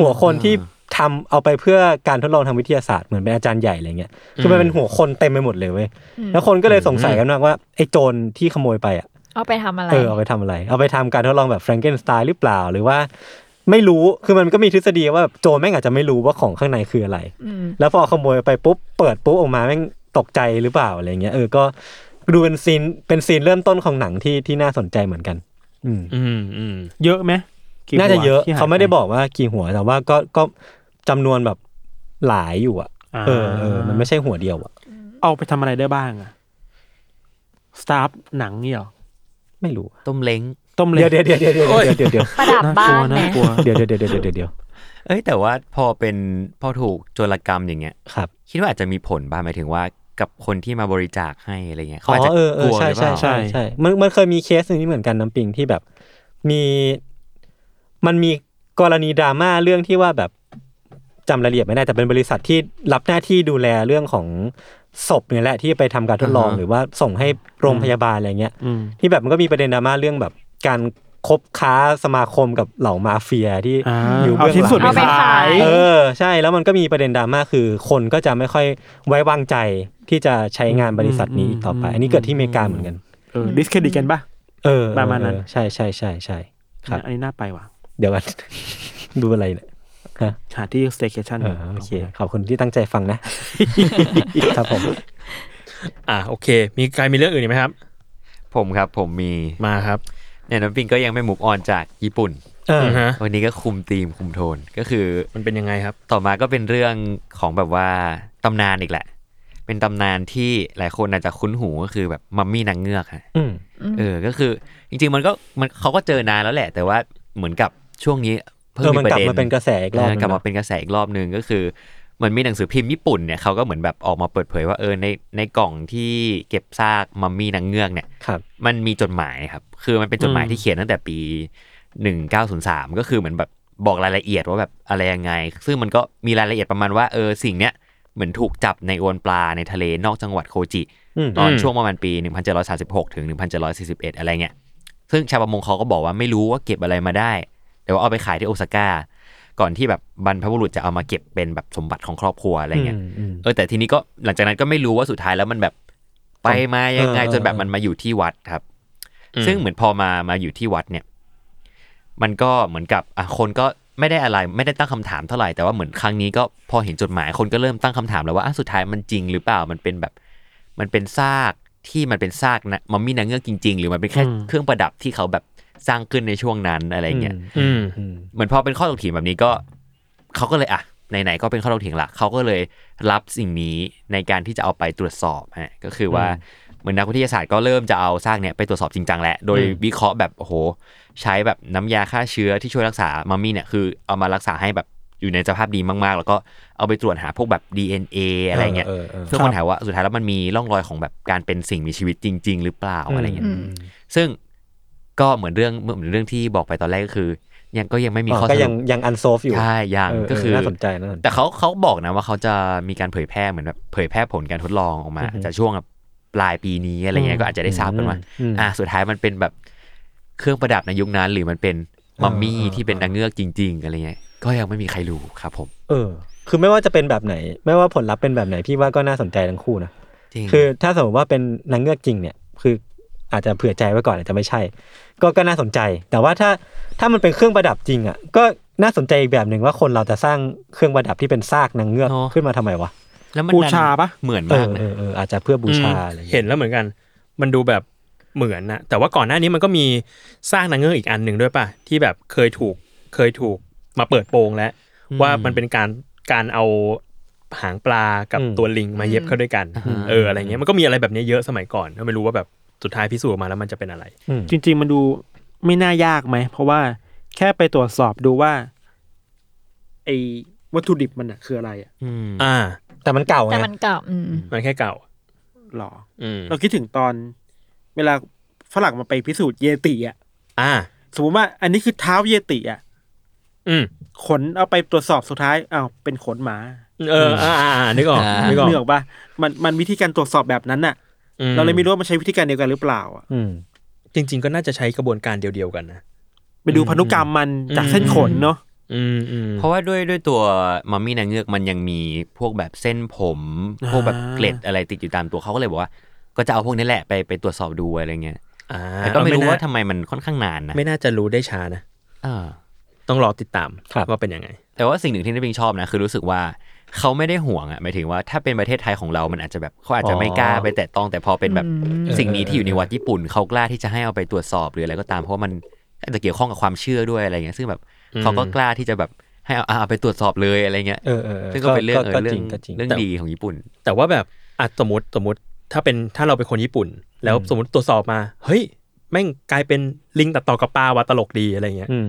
หัวคนที่ทำเอาไปเพื่อการทดลองทางวิทยาศาสตร์เหมือนเป็นอาจารย์ใหญ่อะไรเงี้ยคือมันเป็นหัวคนเต็มไปหมดเลยเว้ยแล้วคนก็เลยสงสัยกันมากว่าไอ้โจรที่ขโมยไปอ่ะ
เอาไปทำอะไร
เออเอาไปทำอะไร เอาไปทำการทดลองแบบแฟรงเกนสไตล์หรือเปล่า หรือว่าไม่รู้ คือมันก็มีทฤษฎีว่าแบบโจรแม่งอาจจะไม่รู้ว่าของข้างในคืออะไร
อืม
แล้วพอขโมยไปปุ๊บ เปิดปุ๊บออกมาแม่งตกใจหรือเปล่าอะไรเงี้ย เออ ก็ดูเป็นซีน เป็นซีนเริ่มต้นของหนังที่ที่น่าสนใจเหมือนกัน อืม
อืมอืม
เยอะไหมกี่หัว
น่าจะเยอะ
ที่ห
เขาไม่ได้
ป
บอกว่ากี่หัว แต่ว่าก็ก็จำนวนแบบหลายอยู่อะ
อ่า
เออเออ มันไม่ใช่หัวเดียวอะ
เอาไปทำอะไรได้บ้างอะสตาฟหนังนี่หรอ
ไม่รู้
ต้มเล้ง
ต้มเล็
เดี๋ยวเดี๋ยวเดี๋ยวเดี๋ยวเดี๋ยวเดี๋ยวเดี๋ยว
ประดับบ้าน
น่า
นะ
กลัว
เดี๋ยวเดี๋ยวเดี๋ยวเดี๋ยวเดี๋ยว
เอ้ยแต่ว่าพอเป็นพอถูกโจรกรรมอย่างเงี้ย
ครับ
คิดว่าอาจจะมีผลบ้างหมายถึงว่ากับคนที่มาบริจาคให้อะไรเงี้ยเขา
อ๋
อาจ
อ
จะ
เออเอก
ลั
อ
ว
ใช่
หรือเป
ใช่
ล่า
ใช่ใช่มันมันเคยมีเคสหนึ่งที่เหมือนกันน้ำปิงที่แบบ มีมันมีกรณีดราม่าเรื่องที่ว่าแบบจำรายละเอียดไม่ได้แต่เป็นบริษัทที่รับหน้าที่ดูแลเรื่องของศพเนี่ยแหละที่ไปทำการทดลอง
อ่าฮะ
หรือว่าส่งให้โรงพยาบาลอะไรเงี้ย
อืม
ที่แบบมันก็มีประเด็นดราม่าเรื่องแบบการคบค้าสมาคมกับเหล่ามาเฟียที่
อ่า
อยู่เบื้อง
เอาชิ้น
หลั
ส่วน
ง
เอาไปขาย
เออใช่แล้วมันก็มีประเด็นดราม่าคือคนก็จะไม่ค่อยไว้วางใจที่จะใช้งานบริษัทนี้ต่อไป
อืม
อันนี้เกิดที่อเมริกาเหมือนกัน
เออดิสเครดิตกันปะ
เออ
ประมาณนั้น
เออใช่ใช่ใช่ใช่ครับ
อันนี้น่าไปว่ะ
เดี๋ยวกัน ดูอะไรเนี่ยฮะ
หาที่สเต y c a t i o n
เออโอเค ขอบคุณที่ตั้งใจฟังนะ ครับผม
อ่ะโอเค มีใครมีเรื่องอื่นอีกไหมครับ
ผมครับผมมี
มาครับ
เนี่ยน้ำปิงก็ยังไม่มุกออนจากญี่ปุ่น
เออ
อือฮะ
วันนี้ก็คุมธีมคุมโทนก็คือ
มันเป็นยังไงครับ
ต่อมาก็เป็นเรื่องของแบบว่าตำนานอีกแหละ เป็นตำนานที่หลายคนอาจจะคุ้นหูก็คือแบบมัมมี่นางเงือกฮะ
อืม
เออ ก็คือจริง ๆ มันก็มันเขาก็เจอนานแล้วแหละ แต่ว่าเหมือนกับช่วงนี้เพิ่ง
เออ
มี
มัน
ประ
กลับ
เด็น
มาเป็นกระแสอีกรอบห
เอ
นึ่
อง กลับ
เน
มา
อะ
เป็นกระแสอีกรอบหนึงก็คือเหมือนมีหนังสือพิมพ์ญี่ปุ่นเนี่ยเขาก็เหมือนแบบออกมาเปิดเผยว่าเออในในกล่องที่เก็บซากมัมมี่นางเงือกเนี่ย
ครับ
มันมีจดหมายครับ คือมันเป็นจดหมาย
อืม
ที่เขียนตั้งแต่ปี 1903 ก็คือเหมือนแบบบอกรายละเอียดว่าแบบอะไรยังไง ซึ่งมันก็มีรายละเอียดประมาณว่าเออสิ่งเนี้ยเหมือนถูกจับในอวนปลาในทะเลนอกจังหวัดโคจิ
อืม
ตอน
อืม
ช่วงประมาณปี 1736 ถึง 1741 อะไรเงี้ย ซึ่งชาวประมงเขาก็บอกว่าไม่รู้ว่าเก็บอะไรมาได้ แต่ว่าเอาไปขายที่โอซาก้า ก่อนที่แบบบรรพบุรุษจะเอามาเก็บเป็นแบบสมบัติของครอบครัวอะไรเงี้ย
มอืม
เออแต่ทีนี้ก็หลังจากนั้นก็ไม่รู้ว่าสุดท้ายแล้วมันแบบไปมายังไง
เออเออ
จนแบบมันมาอยู่ที่วัดครับ
อืม
ซึ่งเหมือนพอมามาอยู่ที่วัดเนี่ย มันก็เหมือนกับอ่ะคนก็ไม่ได้อะไรไม่ได้ตั้งคำถามเท่าไหร่แต่ว่าเหมือนครั้งนี้ก็พอเห็นจดหมายคนก็เริ่มตั้งคำถามแล้วว่าอ่ะสุดท้ายมันจริงหรือเปล่ามันเป็นแบบ มันเป็นซากที่มันเป็นซากนะมัมมี่นางเงือกจริง ๆ หรือมันเป็นแค่
อืม
เครื่องประดับที่เขาแบบสร้างขึ้นในช่วงนั้นอะไรเงี้ย
อืม
อืม
เหมือนพอเป็นข้อถกเถียงแบบนี้ก็เขาก็เลยอ่ะไหนๆก็เป็นข้อถกเถียงละเขาก็เลยรับสิ่งนี้ในการที่จะเอาไปตรวจสอบฮะก็คือว่าเหมือนนักวิทยาศาสตร์ก็เริ่มจะเอาซากเนี่ยไปตรวจสอบจริงจังแล้วโดยวิเคราะห์แบบโอ้โห ใช้แบบน้ำยาฆ่าเชื้อที่ช่วยรักษามัมมี่เนี่ยคือเอามารักษาให้แบบอยู่ในสภาพดีมากๆ แล้วก็เอาไปตรวจหาพวกแบบ DNA อะไรเงี้ย
เออเออเออ
เพื่อค้นหาว่าสุดท้ายแล้วมันมีร่องรอยของแบบการเป็นสิ่งมีชีวิตจริง ๆ หรือเปล่าอะไรเงี้ย
อืม
ซึ่งก็เหมือนเรื่องเหมือนเรื่องที่บอกไปตอนแรกก็คือ ยังก็ยังไม่มี
อ๋อ
ข้อ
ก็
ส
ยั
รุ
ง
ป
ยังอันโซฟอยู่
ใช่ยัง
เเ
ก็คือ
น่าสนใจน่าสนใจ
แต่เขาเขาบอกนะว่าเขาจะมีการเผยแพร่เหมือนแบบเผยแพร่ผลการทดลองออกมา
อือฮึ
จะช่วงแบบปลายปีนี้อะไรเงี้ยก็อาจจะได้ทราบกันว่า
อืม
อ่ะสุดท้ายมันเป็นแบบเครื่องประดับในยุคนั้น หรือมันเป็นมัมมี่
เออเออ
ที่เป็นนางเงือกจริง ๆ อะไรเงี้ยก็ยังไม่มีใครรู้ครับผม
เออ คือไม่ว่าจะเป็นแบบไหน ไม่ว่าผลลัพธ์เป็นแบบไหนพี่ว่าก็น่าสนใจทั้งคู่นะ
จริง
คือถ้าสมมติว่าเป็นนางเงือกจริงเนี่ย คืออาจจะเผื่อใจไว้ก่อนอาจจะไม่ใช่ ก็ก็น่าสนใจ แต่ว่าถ้าถ้ามันเป็นเครื่องประดับจริงอ่ะก็น่าสนใจอีกแบบหนึ่งว่าคนเราจะสร้างเครื่องประดับที่เป็นซากนางเงือกขึ้นมาทำไมวะ
แล้วมัน
บูชาปะ
เหมือน
เอ
มา
อก
นะ
เออเอออาจจะเพื่อบูชา
อืม
อะไรอย่างเงี้ย
เห็นแล้วเหมือนกัน มันดูแบบ เหมือนนะแต่ว่าก่อนหน้านี้มันก็มีสร้างนางเงือกอีกอันหนึ่งด้วยป่ะ ที่แบบเคยถูกเคยถูกมาเปิดโปงแล้ว ว่ามันเป็นการการเอาหางปลากับ
อืม
ตัวลิงมาเย็บเข้าด้วยกัน
อืม
เอออะไรเงี้ยมันก็มีอะไรแบบเนี้ยเยอะสมัยก่อนก็ไม่รู้ว่าแบบสุดท้ายพิสูจน์ออกมาแล้วมันจะเป็นอะไร
จริง ๆ มันดูไม่น่ายากไหม เพราะว่าแค่ไปตรวจสอบดูว่า ไอ้วัตถุดิบมันอะคืออะไรอะ
อืม
อ่า
แต่มันเก่าไง
แต่มันเก่าอืม
มันแค่เก่า
หรอ
อืม
เราคิดถึงตอน เวลาฝรั่งมาไปพิสูจน์เยติอะ
อ่า
สมมติว่าอันนี้คือเท้าเยติอะ
อืม
ขนเอาไปตรวจสอบสุดท้ายอ้าวเป็นขนหมา
เอออ่าอ่าอ่านึกออก
อ่า
นึกอ
เหนือ
อก
ออกปะมันมันวิธีการตรวจสอบแบบนั้นน่ะ
อื
เราเลยไม่รู้ว่ามันใช้วิธีการเดียวกันหรือเปล่าอะ
อืม
จริง ๆ ก็น่าจะใช้กระบวนการเดียวๆกันนะ
ไปดูพันธุกรรมมันจากเส้นขนเนาะ
อืมอืม
เพราะว่าด้วยด้วยตัวมัมมี่นางเงือกมันยังมีพวกแบบเส้นผม
อ่า
พวกแบบเกล็ดอะไรติดอยู่ตามตัวเขาก็เลยบอกว่า ก็จะเอาพวกนี้แหละไปไปตรวจสอบดูอะไรเงี้ย
อ่า
แต่ก็ไม่รู้
น่
ว่าทำไมมันค่อนข้างนานนะ
ไม่น่าจะรู้ได้ช้านะ
อ่า
ต้องรอติดตาม
ครับ
ว่าเป็นยังไง
แต่ว่าสิ่งหนึ่งที่นักบิงชอบนะคือรู้สึกว่าเขาไม่ได้ห่วงอ่ะหมายถึงว่าถ้าเป็นประเทศไทยของเรา มันอาจจะแบบเขาอาจจะไม่กล้าไปแตะต้องแต่พอเป็นแบบสิ่งนี้ที่อยู่ในวัดญี่ปุ่นเขากล้าที่จะให้เอาไปตรวจสอบหรืออะไรก็ตามเพราะว่ามันอาจจะเกี่ยวข้องกับความเชื่อด้วยอะไรเงี้ยซึ่งแบบ
อืม
เขาก็กล้าที่จะแบบให้เอาเอาเอาไปตรวจสอบเลยอะไรเงี้ย
เออเออออ
ซึ่งก็เป็นเรื่องเออเรื่
จ
อง
ก็จริง
เรื่องดีของญี่ปุ่น
แต่ว่าแบบอ่ะสมมติสมมติถ้าเป็นถ้าเราเป็นคนญี่ปุ่น แล้วสมมติตรวจสอบมา เฮ้ย แม่งกลายเป็นลิงตัดต่อกับปลาว่าตลกดีอะไรเงี้ย
อืม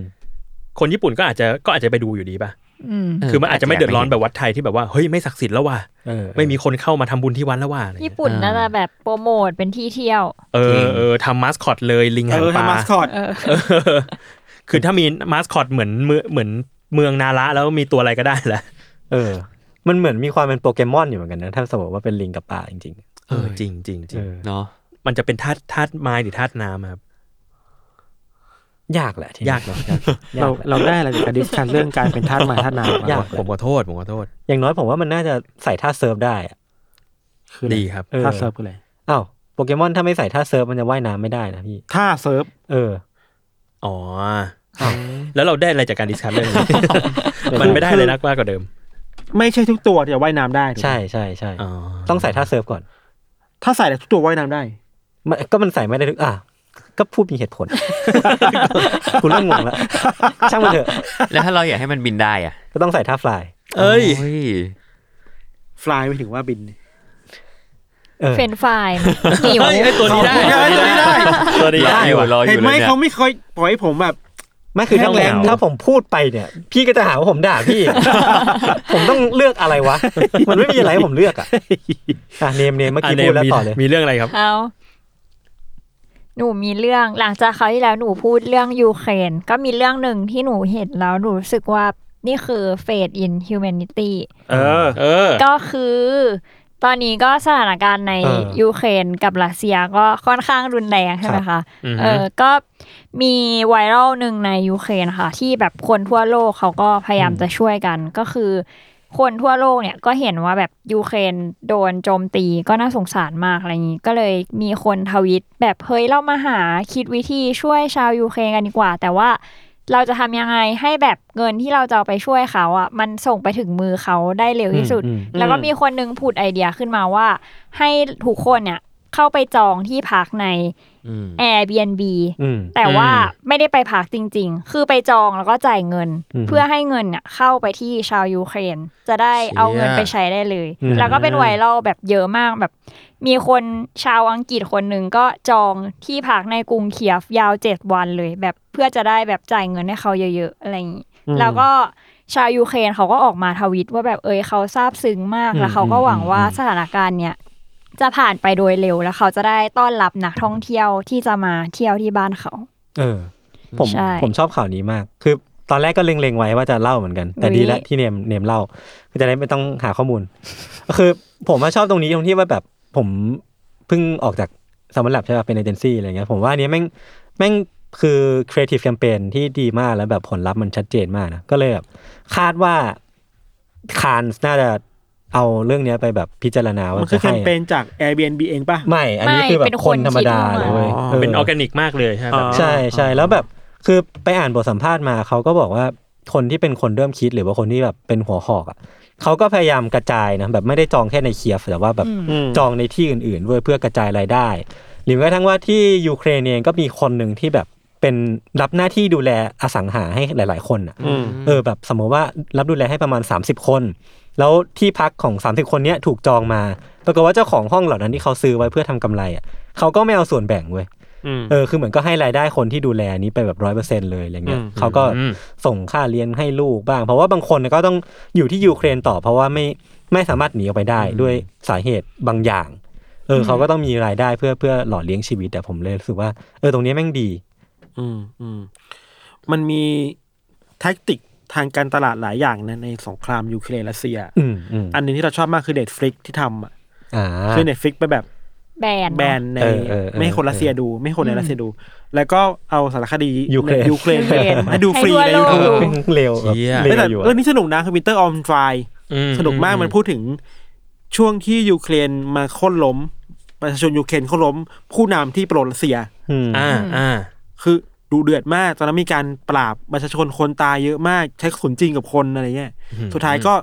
คนญี่ปุ่นก็อาจจะก็อาจจะไปดูอยู่ดีป่ะ
อืม
เออ
คือมันอาจจะไม่
อาจจะ
เดือดร้อน
ไม่
แบบวัดไทยที่แบบว่าเฮ้ยไม่ศักดิ์สิทธิ์แล้วว่ะ
เออ
ไม่มีคนเข้ามาทำบุญที่วัดแล้วว่ะอะไร
ญี่
เงี้ย
ปุ่น
อ่า
น่าจะแบบโปรโมทเป็นที่เที่ยว
เออเออทำมาสคอตเลยลิง
เอ
หาง
อ
ป
ทำ
ลา
มาสคอต
เออ
เออ คือถ้ามีมาสคอตเหมือนเมืองเหมือนเมืองนาระแล้วมีตัวอะไรก็ได้แหละ
เออ มันเหมือนมีความเป็นโปเกมอนอยู่เหมือนกันนะ ถ้าสมมติว่าเป็นลิงกับปลาจริง
เออจริงจริง
ๆ
จริง
เออ
เนาะ
มันจะเป็นธาตุธาตุไม้หรือธาตุน้ำอะครับ
ยากแหละที
ยากเนอะ
ยากแห
เรา
ละ
เราได้อะไรจากการดิสคัสเรื่องการเป็นทาสมาทาสนาย
าก
ผมขอโทษผมขอโทษ
อย่างน้อยผมว่ามันน่าจะใส่ท่าเซิร์ฟได้อะ
คืออะไร
ดีครับ
เออ
ท่าเซิร์ฟคืออะไร
อ้าวโปเกมอนถ้าไม่ใส่ท่าเซิร์ฟมันจะว่ายน้ำไม่ได้นะพี่
ท่าเซิร์ฟ
เออ
อ๋อแล้วเราได้อะไรจากการดิสคัทเรื่องนี้ มันไม่ได้เลยนักมากกว่าเดิม
ไม่ใช่ทุกตัวที่จะว่ายน้ำได้ถูกไหม
ใช่ใช่ใช่
อ๋อ
ต้องใส่ท่าเซิร์ฟก่อน
ถ้าใส่แต่ทุกตัวว่ายน้ำได้
มันก็มันใส่ไม่ได้ทุกอ่ะก็พูดมีเหตุผล คุณเริ่มงงแล้วช่างมันเถอะ
แล้วถ้าเราอยากให้มันบินได้อ่ะ
ก็ต้องใส่ท่าฟลาย
เอ้ย
โ
ฟลายไม่ถึงว่าบิน
เออ
เฟรนช์ฟรายหิว
เฮ้ยไอ้ตัวนี้ได้
ตัวนี้ได้
ตัวนี้
รอ
ได้
อยู่
ว่ะ
รออ
เห็น
ยู่
ไหม
เลยเนี่ย
เขาไม่ค่อยปล่อยให้ผมแบบ
ไม่คือถ้า
แห้ง
ผม
แล้ว
ถ้าผมพูดไปเนี่ย พี่ก็จะหาว่าผมด่าพี่ ผมต้องเลือกอะไรวะ มันไม่มีอะไรให้ผมเลือกอะอ่ะเนมเนมเมื่อกี้
นนี้
พูดแล้ว
มี
ต่อเลย
มีเรื่องอะไรครับ
เอาหนูมีเรื่องหลังจากเขาวที่แล้วหนูพูดเรื่องยูเครนก็มีเรื่องหนึ่งที่หนูเห็นแล้วหนูรู้สึกว่านี่คือเฟดอินฮิวแมนิตี้
เออ เออ
ก็คือ ตอนนี้ก็สถานการณ์ใน
เออ
ยูเครนกับรัสเซียก็ค่อนข้างรุนแรงใช่ไหมคะ
อือฮึ
เออก็มีไวรัลหนึ่งในยูเครนค่ะ ที่แบบคนทั่วโลกเขาก็พยายามจะช่วยกันก็คือ คนทั่วโลกเนี่ยก็เห็นว่าแบบยูเครนโดนโจมตีก็น่าสงสารมากอะไรอย่างนี้ ก็เลยมีคนทวิตแบบเฮ้ยเรามาหาคิดวิธีช่วยชาวยูเครนกันดีกว่า แต่ว่าเราจะทำยังไงให้แบบเงินที่เราจะเอาไปช่วยเขาอ่ะมันส่งไปถึงมือเขาได้เร็วที่สุด
อืม
แล้วก็มีคนนึงผุดไอเดียขึ้นมาว่า ให้ทุกคนเนี่ยเข้าไปจองที่พักใน
อืม
Airbnb
อืม
แต่ว่า
อืม
ไม่ได้ไปพักจริง ๆ คือไปจองแล้วก็จ่ายเงิน
อืม
เพื่อให้เงินเนี่ยเข้าไปที่ชาวยูเครน จะได้
เชี่ย
เอาเงินไปใช้ได้เลย
อืม
แล้วก็เป็นไวรัลแบบเยอะมากแบบ มีคนชาวอังกฤษคนหนึ่งก็จองที่พักในกรุงเคียฟยาวเจ็ดวันเลย แบบเพื่อจะได้แบบจ่ายเงินให้เขาเยอะๆอะไรอย่างนี้ แล้วก็ชาวยูเครนเขาก็ออกมาทวิตว่าแบบเอยเขาซาบซึ้งมากแล้วเขาก็หวังว่าสถานการณ์เนี่ย จะผ่านไปโดยเร็วแล้วเขาจะได้ต้อนรับนักท่องเที่ยวที่จะมาเที่ยวที่บ้านเขา
เออ ผม
ใช่
ผมชอบข่าวนี้มาก คือตอนแรกก็เล็งๆไว้ว่าจะเล่าเหมือนกัน แต่
อุ๊ย
ดีแล้วที่เนมเนมเล่าก็จะได้ไม่ต้องหาข้อมูล คือผมว่าชอบตรงนี้ตรงที่ว่าแบบผมเพิ่งออกจากสมัครหลับใช่ป่ะเป็นเอเจนซี่อะไรเงี้ยผมว่าอันนี้แม่งแม่งคือครีเอทีฟแคมเปญที่ดีมากแล้วแบบผลลัพธ์มันชัดเจนมากนะก็เลยแบบคาดว่าคานส์น่าจะเอาเรื่องเนี้ยไปแบบพิจารณาว่า
มันคือแค
จะ
ม
ให้
เปญจาก Airbnb เองป่ะ
ไม่ อันนี้คือแบ
ไม่เป็
บ
นค
ค
น น
ธรรมดา
คิด
เล
มา
ยว้ย
อ๋อ
เออ
เป็นออร์แกนิกมากเลยใช่ไหมแบบ
ใช่ใช่
อ๋อ
แล้วแบบคือไปอ่านบทสัมภาษณ์มาเขาก็บอกว่าคนที่เป็นคนเริ่มคิดหรือว่าคนที่แบบเป็นหัวหอกอ่ะเขาก็พยายามกระจายนะแบบไม่ได้จองแค่ในเคียฟแต่ว่าแบบ
อืม
จองในที่อื่นๆด้วยเพื่อกระจายรายได้ หรือแม้กระทั่งว่าที่ยูเครนเองก็มีคนหนึ่งที่แบบเป็นรับหน้าที่ดูแลอสังหาให้หลาย ๆ คนอ่ะ
อืม
เออแบบสมมติว่ารับดูแลให้ประมาณ 30 คน แล้วที่พักของ 30 คนเนี้ยถูกจองมาปรากฏว่าเจ้าของห้องเหล่านั้นที่เขาซื้อไว้เพื่อทำกำไรอ่ะเขาก็ไม่เอาส่วนแบ่งเว้ย
อืม
เออคือเหมือนก็ให้รายได้คนที่ดูแลนี้ไปแบบร้อยเปอร์เซ็นเลยอะไรเงี้ย
อืม
เขาก็
อืม
ส่งค่าเลี้ยงให้ลูกบ้าง เพราะว่าบางคนก็ต้องอยู่ที่ยูเครนต่อเพราะว่าไม่ไม่สามารถหนีออกไปได้ด้วยสาเหตุบางอย่างเออเขาก็ต้องมีรายได้เพื่อเพื่อหล่อเลี้ยงชีวิตแต่ผมเลยรู้สึกว่าเออตรงเนี้ยแม่งดี
อืมอืมมันมีแท็กติกทางการตลาดหลายอย่างนะในสงครามยูเครนรัสเซีย
อืมอืม
อันหนึ่งที่เราชอบมากคือเ e ็ f ฟลิกที่ทำอ่ะ
อ่า
คือเ e ็ f ฟลิกไปแบบ
แบน
แบนใน
เออเออเออ
ไม่ให้คนรัสเซียดู ไม่ให้คนในรัสเซียดู แล้วก็เอาสารคดี
ยูเครน
ในยูเครนไปให้ดูฟรี
ให้
ใน
ทั่ว
ยู
โล
ทูบ
ก
เร็วแบบ
เหี้ย
เร็
แต่
วอยู่
เรื่อ
อะ
งนี้สนุกนะคือวินเตอร์ออมไฟ
อื
สนุกมากมันพูดถึงช่วงที่ยูเครนมาโค่นล้ม ประชาชนยูเครนโค่นล้ม ผู้นำที่โปรรัสเซีย
อืม
อ่าอ่า
คือดูเดือดมาก ตอนนั้นมีการปราบประชาชนคนตายเยอะมาก ใช้ขนจริงกับคนอะไรเงี้ย
อืม
สุดท้ายก็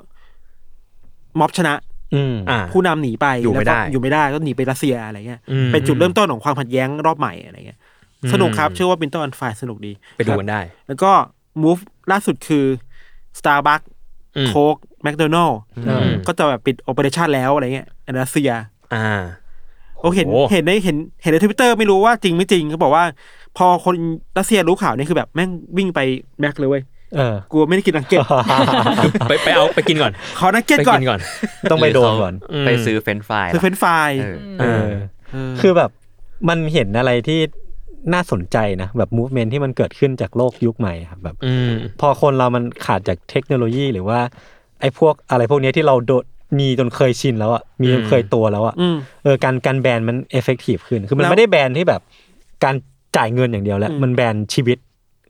ม็อบชนะ
อืม
อ่า
ผู้นำหนีไป
อยู่ไม่ได้
แล้วก็อยู่ไม่ได้ก็หนีไปรัสเซียอะไรเงี้ย
อืม
เป็นจุดเริ่มต้นของความขัดแย้งรอบใหม่อะไรเงี้ย
อืม
สนุกครับ เชื่อว่าเป็นต้นอันไฟสนุกดี
ไปดู
ครับ
กันได้
แล้วก็มูฟล่าสุดคือ Starbucks
อืม
โค้กแมคโดนัล
อืม
ก็จะแบบปิดโอเปอเรชั่นแล้วอะไรเงี้ยในรัสเซีย
อ่า
โอเห็น
โอ้โห
เห็นในเห็นเห็นในทวิตเตอร์ไม่รู้ว่าจริงไม่จริงเขาบอกว่า พอคนรัสเซียรู้ข่าวนี่คือแบบแม่งวิ่งไปแม็กเลยเว้ย
เออ
กลัวไม่ได้กินนักเก็ต
ไปไปเอาไปกินก่อน
ขอนักเก็ต
ไป
ก่อน
กินก่อน
ต้องไปโดนก่อน
อืม
ไปซื้อเฟรนช์ฟราย
คือเฟรนช์ฟราย
เออ
เออ
เออ
คือแบบมันเห็นอะไรที่น่าสนใจนะ แบบมูฟเมนที่มันเกิดขึ้นจากโลกยุคใหม่ครับแบบ
อืม
พอคนเรามันขาดจากเทคโนโลยีหรือว่า ไอ้พวกอะไรพวกเนี้ยที่เราโดดมีจนเคยชินแล้วอ่ะมีจน
อืม
เคยตัวแล้วอ่ะ
อืม
เออการการแบนมันเอฟเฟกตีฟขึ้น คือมัน
แล้ว
ไม่ได้แบนที่แบบการจ่ายเงินอย่างเดียวแล้ว
อืม
มันแบนชีวิต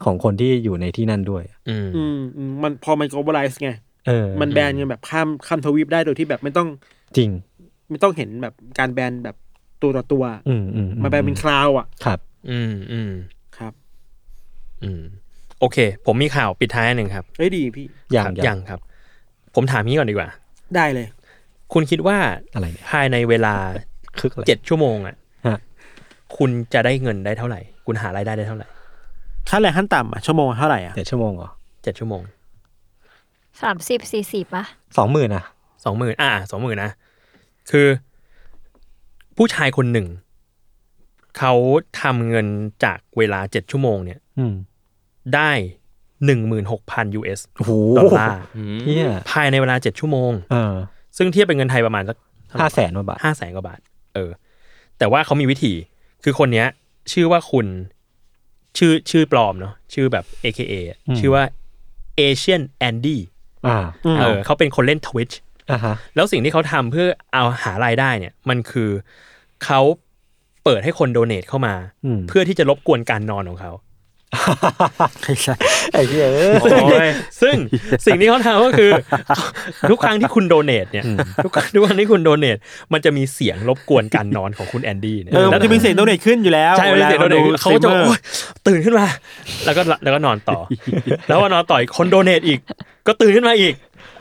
ของคนที่อยู่ในที่นั่นด้วย
อืม
อืมอืมมันพอมัน globalize ไง
เออ
มันแบนกันแบบข้ามข้ามทวีปได้โดยที่แบบไม่ต้อง
จริง
ไม่ต้องเห็นแบบการแบนแบบตัวต่อตัว
อืมอืมอื
มาแบนเป็นคลาวอ่ะ
ครับ
อืมอืม
ครับ
อืมโอเค ผมมีข่าวปิดท้ายอันหนึ่งครับ
เอ้ยดีพี่
อย่าง
ครับ
อ
ยั
ย่าง
งครับ ผมถามนี้ก่อนดีกว่า
ได้เลย
คุณคิดว่า
อะไรเนี่ย
ภายในเวลา
คึกอะไร
เจ็ดชั่วโมงอ่ะ
ฮะ
คุณจะได้เงินได้เท่าไหร่ คุณหารายได้ได้เท่าไหร่
ขั้นแรงขั้นต่ำอ่ะชั่วโมงเท่าไหร่อ่ะ
เจ็ดชั่วโมงเหรอ
เจ็ดชั่วโมง
สามสิบสี่สิบอะ
สองหมื่นอ่ะ
สองหมื่นอ่าสองหมื่นนะ คือ ผู้ชายคนหนึ่ง เขาทำเงินจากเวลาเจ็ดชั่วโมงเนี่ย
อืม
ได้หนึ่งหมื่นหกพัน US
โอ้โห
ดอลลาร์
เฮีย
ภายในเวลาเจ็ดชั่วโมง
เออ
ซึ่งเทียบเป็นเงินไทยประมาณสัก
ห้าแสนมาบาท
ห้าแสนกว่าบาท เออ แต่ว่าเขามีวิธี คือคนเนี้ย ชื่อว่าคุณ ชื่อชื่อปลอมเนาะ ชื่อแบบ AKA อะชื่อว่า Asian Andy
อ่า
เออเขาเป็นคนเล่น Twitch
อ่าฮะ
แล้วสิ่งที่เขาทำเพื่อเอาหารายได้เนี่ย มันคือเขาเปิดให้คนโดเนทเข้ามา
อืม
เพื่อที่จะรบกวนการนอนของเขา
ไอ้เฮียเอ้ย
ซึ่งซึ่งสิ่งที่เขาทำก็คือ ทุกครั้งที่คุณโดเนทเนี่ยทุกครั้งทุกครั้งที่คุณโดเนทมันจะมีเสียงรบกวนการนอนของคุณแอนดี้เนี่ย
เออมั
แล้
น
ว
จะมีเสียงโดเนทขึ้นอยู่แล้ว
ใช่มีเสียงโดเนท
วล
เขาก็จะ
เซมอร์
โอ๊ยตื่นขึ้นมา แล้วก็แล้วก็นอนต่อ แล้วก็นอนต่ออีกคนโดเนทอีก ก็ตื่นขึ้นมาอีก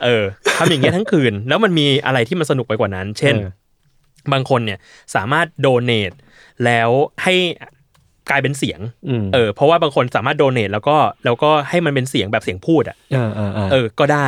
เออทำอย่างเงี้ยทั้งคืน แล้วมันมีอะไรที่มันสนุกไปกว่านั้น เช่น
เออ
บางคนเนี่ยสามารถโดเนทแล้วให้กลายเป็นเสียง
อืม
เออเพราะว่าบางคนสามารถโดเนทแล้วก็แล้วก็ให้มันเป็นเสียงแบบเสียงพูดอ่ะ
เออเออเออ
เออ ก็ได้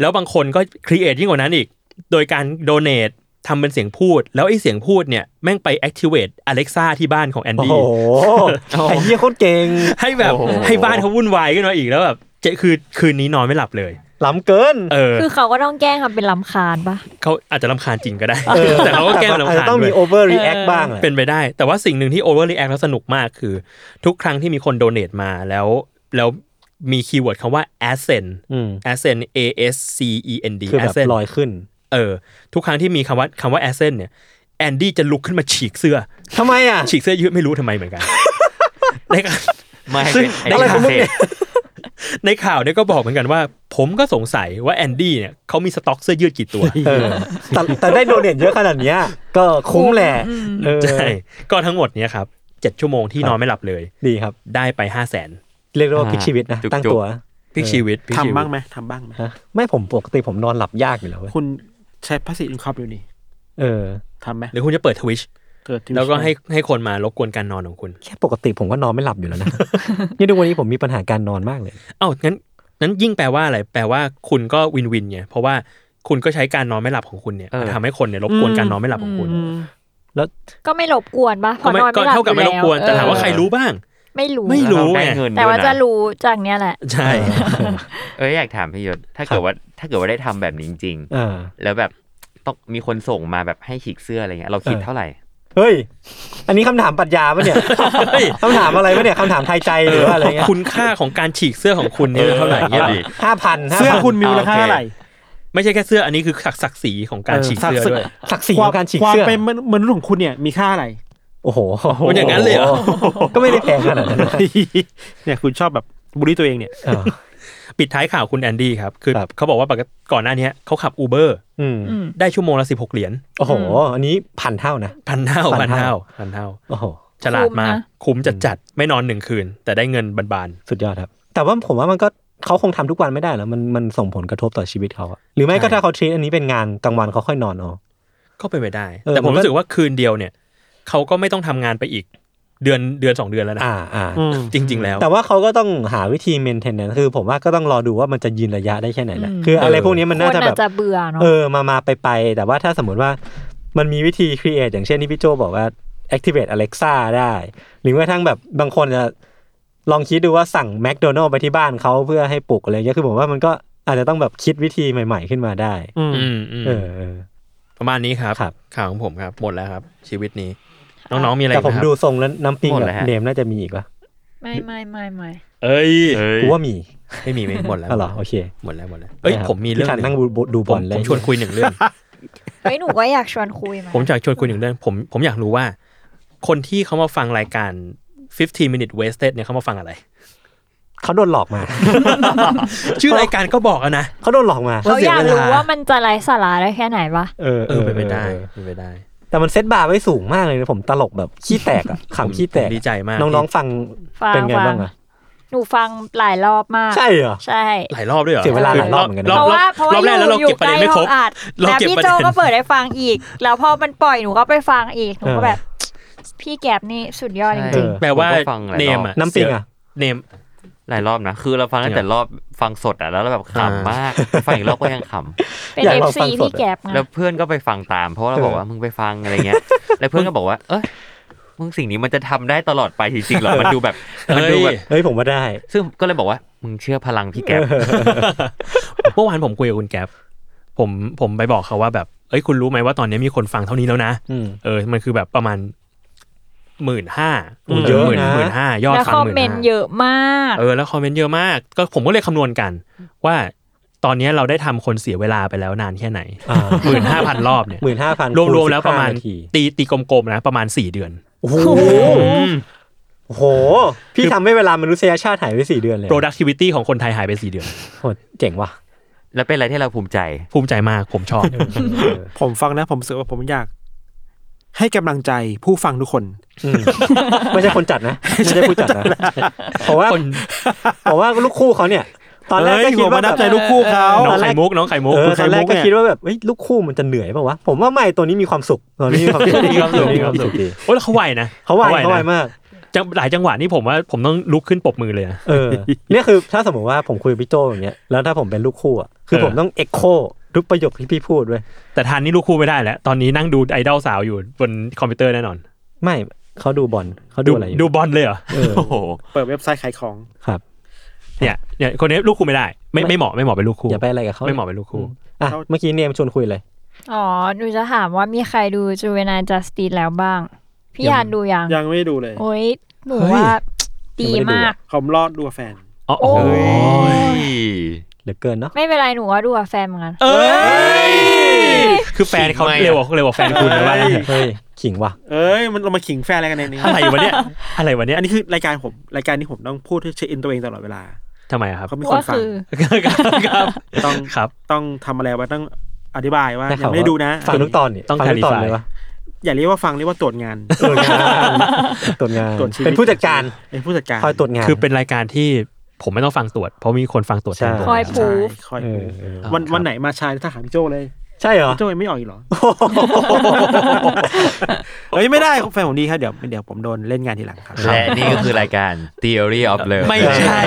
แล้วบางคนก็ครีเอทยิ่งกว่านั้นอีก โดยการโดเนททำเป็นเสียงพูด แล้วไอ้เสียงพูดเนี่ย แม่งไป activate Alexa ที่บ้านของแอน
โอ้
ดี้
โหไอ้เฮียโคตรเก่ง
ให้แบบให้บ้านเขาวุ่นวายขึ้นมาอีกแล้วแบบเจะคือคืนนี้นอนไม่หลับเลย
ล้ำเกิน
เออ
คือเขาก็ต้องแกล้งทำเป็นลำคาญปะ
เขาอาจจะลำคาญจริงก็ได้ แต่เขาก็แกล้ง
อาจ
ลำ
จะ
คาญ
ต้อง
ด้ว
มี
ย
โอเวอร์รีแอคบ้างแหละ
เป็นไปได้ แต่ว่าสิ่งหนึ่งที่ overreact แล้วสนุกมากคือ ทุกครั้งที่มีคนโดเนทมาแล้วแล้วมีคีย์เวิร์ดคำว่า ascend
อืม
ascend a s c e n d
คือแบบ
ascend
ลอยขึ้น
เออทุกครั้งที่มีคำว่าคำว่าแอสเซนเนี่ยแอนดี้จะลุกขึ้นมาฉีกเสื้อ
ทำไมอ่ะ
ฉีกเสื้อยืดไม่รู้ทำไมเหมือน กันในข่าว
ไม่ให้
ซึ่
เป็
ง
นไอ้คาเฟ่
ในข่าวเนี่ยก็บอกเหมือนกันว่า ผมก็สงสัยว่าแอนดี้เนี่ยเขามีสต็อกเสื้อยืดกี่ตัว
เออแต่แต่ได้โดเนทเยอะขนาดเนี้ย ก็คุ้มแหละเออ
ใช่ ก็ทั้งหมดเนี่ยครับเจ็ดชั่วโมงที่นอนไม่หลับเลย
ดีครับ
ได้ไปห้าแสน
เรียกได้ว่าพลิกชีวิตนะ ตั้งตัว
พลิกชีวิตพลิกชีวิต
ทำบ้างไหมทำบ้างไหม
ฮะ ไม่ผมปกติผมนอนหลับยากอยู่แล้วเว้ย
คุณใช้ภาษีอินคอมอยู่นี่
เออ
ทำไหม
หรือคุณจะเปิดทวิช
เกิดที่
แล้วก็ให้ให้คนมารบกวนการนอนของคุณ
แค่ปกติผมก็นอนไม่หลับอยู่แล้วนะ นี่ทุกวันนี้ผมมีปัญหาการนอนมากเลย
เอ้างั้นนั้นยิ่งแปลว่าอะไร แปลว่าคุณก็วินวินไงเพราะว่าคุณก็ใช้การนอนไม่หลับของคุณเนี่ย
เออ
มาทำให้คนเนี่ยรบกวนการนอนไม่หลับของคุณ
อืม
ก็ไม่รบกวนปะเพ
ก็
ราะนอนไม่ห
ไม่ก็
ลับ
เท่ากับไม่รบกวน
อยู่
แต่
ล้ว
ถามว่าใครรู้บ้าง
ไม่รู้
ไม่ รู้
ได้
ไง
เงิน
แต่ว่า
ด้วยน
จะรู้จากเนี้ยแหละ
ใช่
เอ้ยอยากถามพี่ยศถ้าเกิดว่าถ้าเกิดว่าได้ทำแบบนี้จริง
เออ
ๆแล้วแบบต้องมีคนส่งมาแบบให้ฉีกเสื้ออะไรเงี้ยเราคิด
เออ
เท่าไหร่
เฮ้ย อันนี้คำถามปรัชญาปะเนี่ย คำถามอะไรปะเนี่ยคำถามไทยใจหรือว่าอะไรเงี้ย
คุณค่าของการฉีกเสื้อของคุณเนี่ยเท่าไหร่เนี่ย
เออ
ดิ
ห้าพัน
เสื้อคุณมีมูลค่าเท่าไหร่
ไม่ใช่แค่เสื้ออันนี้คือศักดิ์ศรีของการ
เออ
ฉีกเสื้อ
ศักดิ์ศรี
ด้วย
ศักดิ์ศรี
ค
ข
วาม
องการฉีก
ความ
เสื้อ
เป็นมนุษย์ของคุณเนี่ยมีค่าอะไร
โอ้โห
มันอย่างนั้นเลยเหรอ
ก็ไม่ได้แพงขนาดนั้นนะ
เนี่ยคุณชอบแบบบูลลี่ตัวเองเนี่ย
เออ
ปิดท้ายข่าวคุณแอนดี้ครับคือ
ครับ
เขาบอกว่าปกติก่อนหน้าเนี้ยเขาขับอูเบอร์
อืม
ได้ชั่วโมงละสิบหกเหรียญ
โอ้โห อันนี้พันเท่านะ
พันเท่า
พั
พัน
น
เท่า
เท่า
พันเท่า
โอ้โห
ฉลาดมาก
คุ้มนะ
คุ้มจัดจัดๆไม่นอนหนึ่งคืน แต่ได้เงินบาน
สุดยอดครับ แต่ว่าผมว่ามันก็เขาคงทำทุกวันไม่ได้แล้วมันมันส่งผลกระทบต่อชีวิตเขาอะหรือไม่ก็
ใช่
ถ้าเขาทรีตอันนี้เป็นงานกลางวันเขาค่อยนอนเอา
ๆก็เป็นไปได้
เออ
แต่ผ
ผม มก็
รู้สึกว่าคืนเดียวเนี่ยเขาก็ไม่ต้องทำงานไปอีกเดือนเดือนสองเดือนแล้วนะ
อ่าอ่า
อืม
จริง ๆ แล้ว
แต่ว่าเขาก็ต้องหาวิธีเมนเทน n น n c e คือผมว่าก็ต้องรอดูว่ามันจะยืนระยะได้แค่ไหนนะ
อืม
คืออะไร
เออ
พวกนี้มันน่า
ค
จะ
น
แบ
อา
บ
จจะเบื่อเนาะ
เออ มามาไปไปแต่ว่าถ้าสมมติว่ามันมีวิธี create อย่างเช่นที่พี่โจบอกว่า activate Alexa ได้ หรือแม้กระทั่งแบบบางคนจะลองคิดดูว่าสั่ง McDonald ไปที่บ้านเขาเพื่อให้ปลุกอะไรเงี้ยคือผมว่ามันก็อาจจะต้องแบบคิดวิธีใหม่ ๆ ขึ้นมาได้
อืม
อืมอืม
เออเออ
ประมาณนี้ครับ
ครับ
ข่าวของผมครับหมดแล้วครับ ชีวิตนี้ น้องๆมีอะไร
แต่
อีก
ผม
นะครับ
ดูทรงแล้วน้ำปิง
หมด
กับ
แล้วฮะ
เนมน่าจะมีอีกปะ
ไม่ไม่ไม่ไม่
เอ้ย
กูว่ามี
ไม่มีไม่หมดแล้ว
อ๋อเหรอโอเค
หมดแล้วหมดแล้วเอ้ย
ได้ครับ
ผมมีเรื่อง
พี่ทัน
ห
นั่
นึ่
ง
ง
ดูดูบ
ผ
อ
ม
ลเล
ผ
ย
มชวนคุยหนึ่งเรื่อง
เฮ้ยหนูก็อยากชวนคุยมา
ผมอยากชวนคุยหนึ่งเรื่องผมผมอยากรู้ว่า คนที่เขามาฟังรายการ 15 minute wasted เนี่ยเขามาฟังอะไร
เขาโดนหลอกมา
ชื่อรายการก็บอกแล้วนะ
เขาโดนหลอกมา
เขาอยากรู้
เสียเวลา
ว่ามันจะไร้สาระได้แค่ไหนวะ
เออ
เออเป็นไปได้
เออ
เป็นไปได้
แต่มันเซตบาร์ไว้สูงมากเลยนะผมตลกแบบขี้แต กอะ
ผม
ขำขี้แตก
ผมดีใจมาก
น้องๆฟัง
ฟัง
เป็นไง
ฟัง
บ้างอะ
หนูฟังหลายรอบมาก
ใช่เหรอ
ใช่
หลายรอบด้วยเหรอ
เสียเวลาหลายรอบเหมือนกัน
เพ
นะ
รอบ
ราะว่าเพราะ
ร
ว่า
อบแรกแล้วเรา
อยู่
เก็บประเด็นไม่ครบ
ใกล้ห้องอัด
เรา
แล้ว
เก็บ
พี่
ประ
โจ
เด็น
ก็เปิดให้ฟังอีก แล้วพอมันปล่อยหนูก็ไปฟังอีกหนูก็แบบ พี่แก็บนี่สุดยอดจ
เอ
ริง
อ
แปลว่า
ผมก็ฟังหลาย
เน
รอบ
มอะ
น้ำปิงอ่ะ
เนม
หลายรอบนะ คือเราฟังตั้งแต่รอบฟังสดอ่ะแล้วเราแบบ
อ่า
ขำมากฟังอีกรอบก็ยังข
ๆ เป็น
อยาก
เอฟ
ลองฟั
ซี
งสด
พี่
อะ
แก็บไง
ำแล้วเพื่อนก็ไปฟังตาม เพราะว่าเราบอกว่ามึงไปฟังอะไรเงี้ ย แล้วเพื่อนก็บอกว่า เอ้ยมึงสิ่งนี้มันจะทำได้ตลอดไปจริงๆเหรอมันดูแบบมันดูแบบ
เฮ้ยผมว่าได้
ซึ่งก็เลยบอกว่ามึงเชื่อพลังพี่แก๊ป
เมื่อวานผมคุยกับคุณแก๊ปผมผมไปบอกเขาว่าแบบ เอ้ยคุณรู้ไหมว่าตอนนี้มีคนฟังเท่านี้แล้วนะ
อืม
เออ มันคือแบบประมาณหมื่นห้า
อืมเยอะ
หมื่น
นะ
หมื่นห้ายอด
แล้ว
ฟัง
คอม
หมื่น
เมน
ห้า
ต์เยอะมาก
เออ แล้วคอมเมนต์เยอะมาก ก็ผมก็เลยคำนวณกัน ว่าตอนนี้เราได้ทำคนเสียเวลาไปแล้วนานแค่ ไหน
อ่า
หมื่นห้าพันรอบเนี่ย
หมื่นห้าพัน
รวมๆแล้วประมาณ
ที
ตีตีกลมๆนะประมาณสี่เดือน
โอ้โหโอ้โห พี่ทำให้เวลามนุษยชาติหายไปสี่เดือนเลย
productivity ของคนไทยหายไปสี่เดือน
โหเจ๋งว่ะ
แล้วเป็นอะไรที่เราภูมิใจ
ภูมิใจมากผมชอบ
เออ
ผมฟังนะผมรู้สึกว่าผมอยาก ให้กำลังใจผู้ฟังทุกคน
อืมไม่ใช่คนจัดนะไม่ใช่ผู้จัดนะเพราะว่า
คน
เพราะว่าลูกคู่เขาเนี่ย ตอนแรกก็คิดว่า
เฮ้ยผมมานับใจ
แบบ
ลูกคู่เขา
น้องไข่มุกน้องไข่มุก
เออ
คุณ
ต
ไข่
อนแร
มุ
ก
ก
ก็
เนี่ย
คิดว่าแบบเอ้ยลูกคู่มันจะเหนื่อยเปล่าวะผมว่าไม่ตัวนี้มีความสุขตัวนี้มีความสุข
มีความสุขมีความสุข
ดี
โอ้ยแล้วเขาไหวนะ
เขาไหวเขาไหว
นะ
มาก
จังหลายจังหวะนี่ผมว่าผมต้องลุกขึ้นปรบมือเลยนะ
เออเนี่ยคือถ้าสมมติว่าผมคุยกับพี่โจอย่างเงี้ยแล้วถ้าผมเป็นลูกคู่อ่ะคือ
เออ
ผมต้องเอ็กโคทุกประโยคที่พี่พูดด้วย
แต่ทานนี่ลูกคู่ไม่ได้แล้ว ตอนนี้นั่งดูไอดอลสาวอยู่บนคอมพิวเตอร์แน่นอน
ไม่เขาดูบอลเขา
ดู
ดูอะไรอยู่
ดูบอลเลยเหรอ
เออ
โอ้โห
เปิดเว็บไซต์ขายของ
ครับ
เนี่ยเนี่ยคนนี้ลูกคู่ไม่ได้ ไม่ไม่เหมาะไม่เหมาะเป็นลูกคู่
อย่าไปอะไรกับเขา
ไม่เหมาะเป็นลูกคู่
อ่ะเมื่อกี้เนมชวนคุยเลย
อ๋อหนูจะถามว่ามีใครดูจูเวนาจัสตินแล้วบ้าง พี่ยานดูยัง
ยังไม่ได้ดูเลย
โอ้ยหนูว่าดี
ยังไม่ได้ดู
มา
อะ
ก
ผมรอดดูกับแฟน
อ๋อโอ้
โอ้
ย
เหลือเกินเนาะ
ไม่เป็นไรหนูว่าดูกับแฟนเหมือนกัน
เอ้ยคือแฟนเขา
ไม่อะ
เร็วกว่าเร็วกว่าแฟนคุณนะว่า
เอ้ย
เฮ้ยขิงว่ะ
เอ้ย มันเรามาขิงแฟนอะไรกันในนี้
อะไรวะเนี่ยอะไรวะเนี่ย
อันนี้คือรายการผมรายการที่ผมต้องพูดให้เช็คอินตัวเองตลอดเวลา
ทำไมอะครับ
เขาะมีคนฟัง
ก็คือ
ครับ
ต้อง
ครับ
ต้องทำอะไรวะต้องอธิบายว่ายัง
ข่าว
ไม่ได้ดูนะ
ฟังทุกตอนนี่
ต้อง
ฟัทุกตอน
clarify
เลยวะ
อย่าเรียกว่าฟังเรียกว่าตรวจงาน
ตรวจงานตรวจงาน
ตรวจชีวิต
เป็นผู้จัดการ
เป็นผู้จัดการ
คอยตรวจงาน
คือเป็นรายการที่ผมไม่ต้องฟังตรวจ เพราะมีคนฟังตรวจ
ใช่
แทนผม
คอย
ใช่
proof
คอย
เออ
ปู
เออ
วันวันไหนมาชายถ้าหาพี่โจเลย
ใช่เหรอ
เจ้าเองไม่ออกอีกเหรอ เฮ้ยไม่ได้แฟนผมดีครับเดี๋ยวเดี๋ยวผมโดนเล่นงานทีหลังครับ
และนี่ก็คือรายการ Theory of Love
ไม่ใช่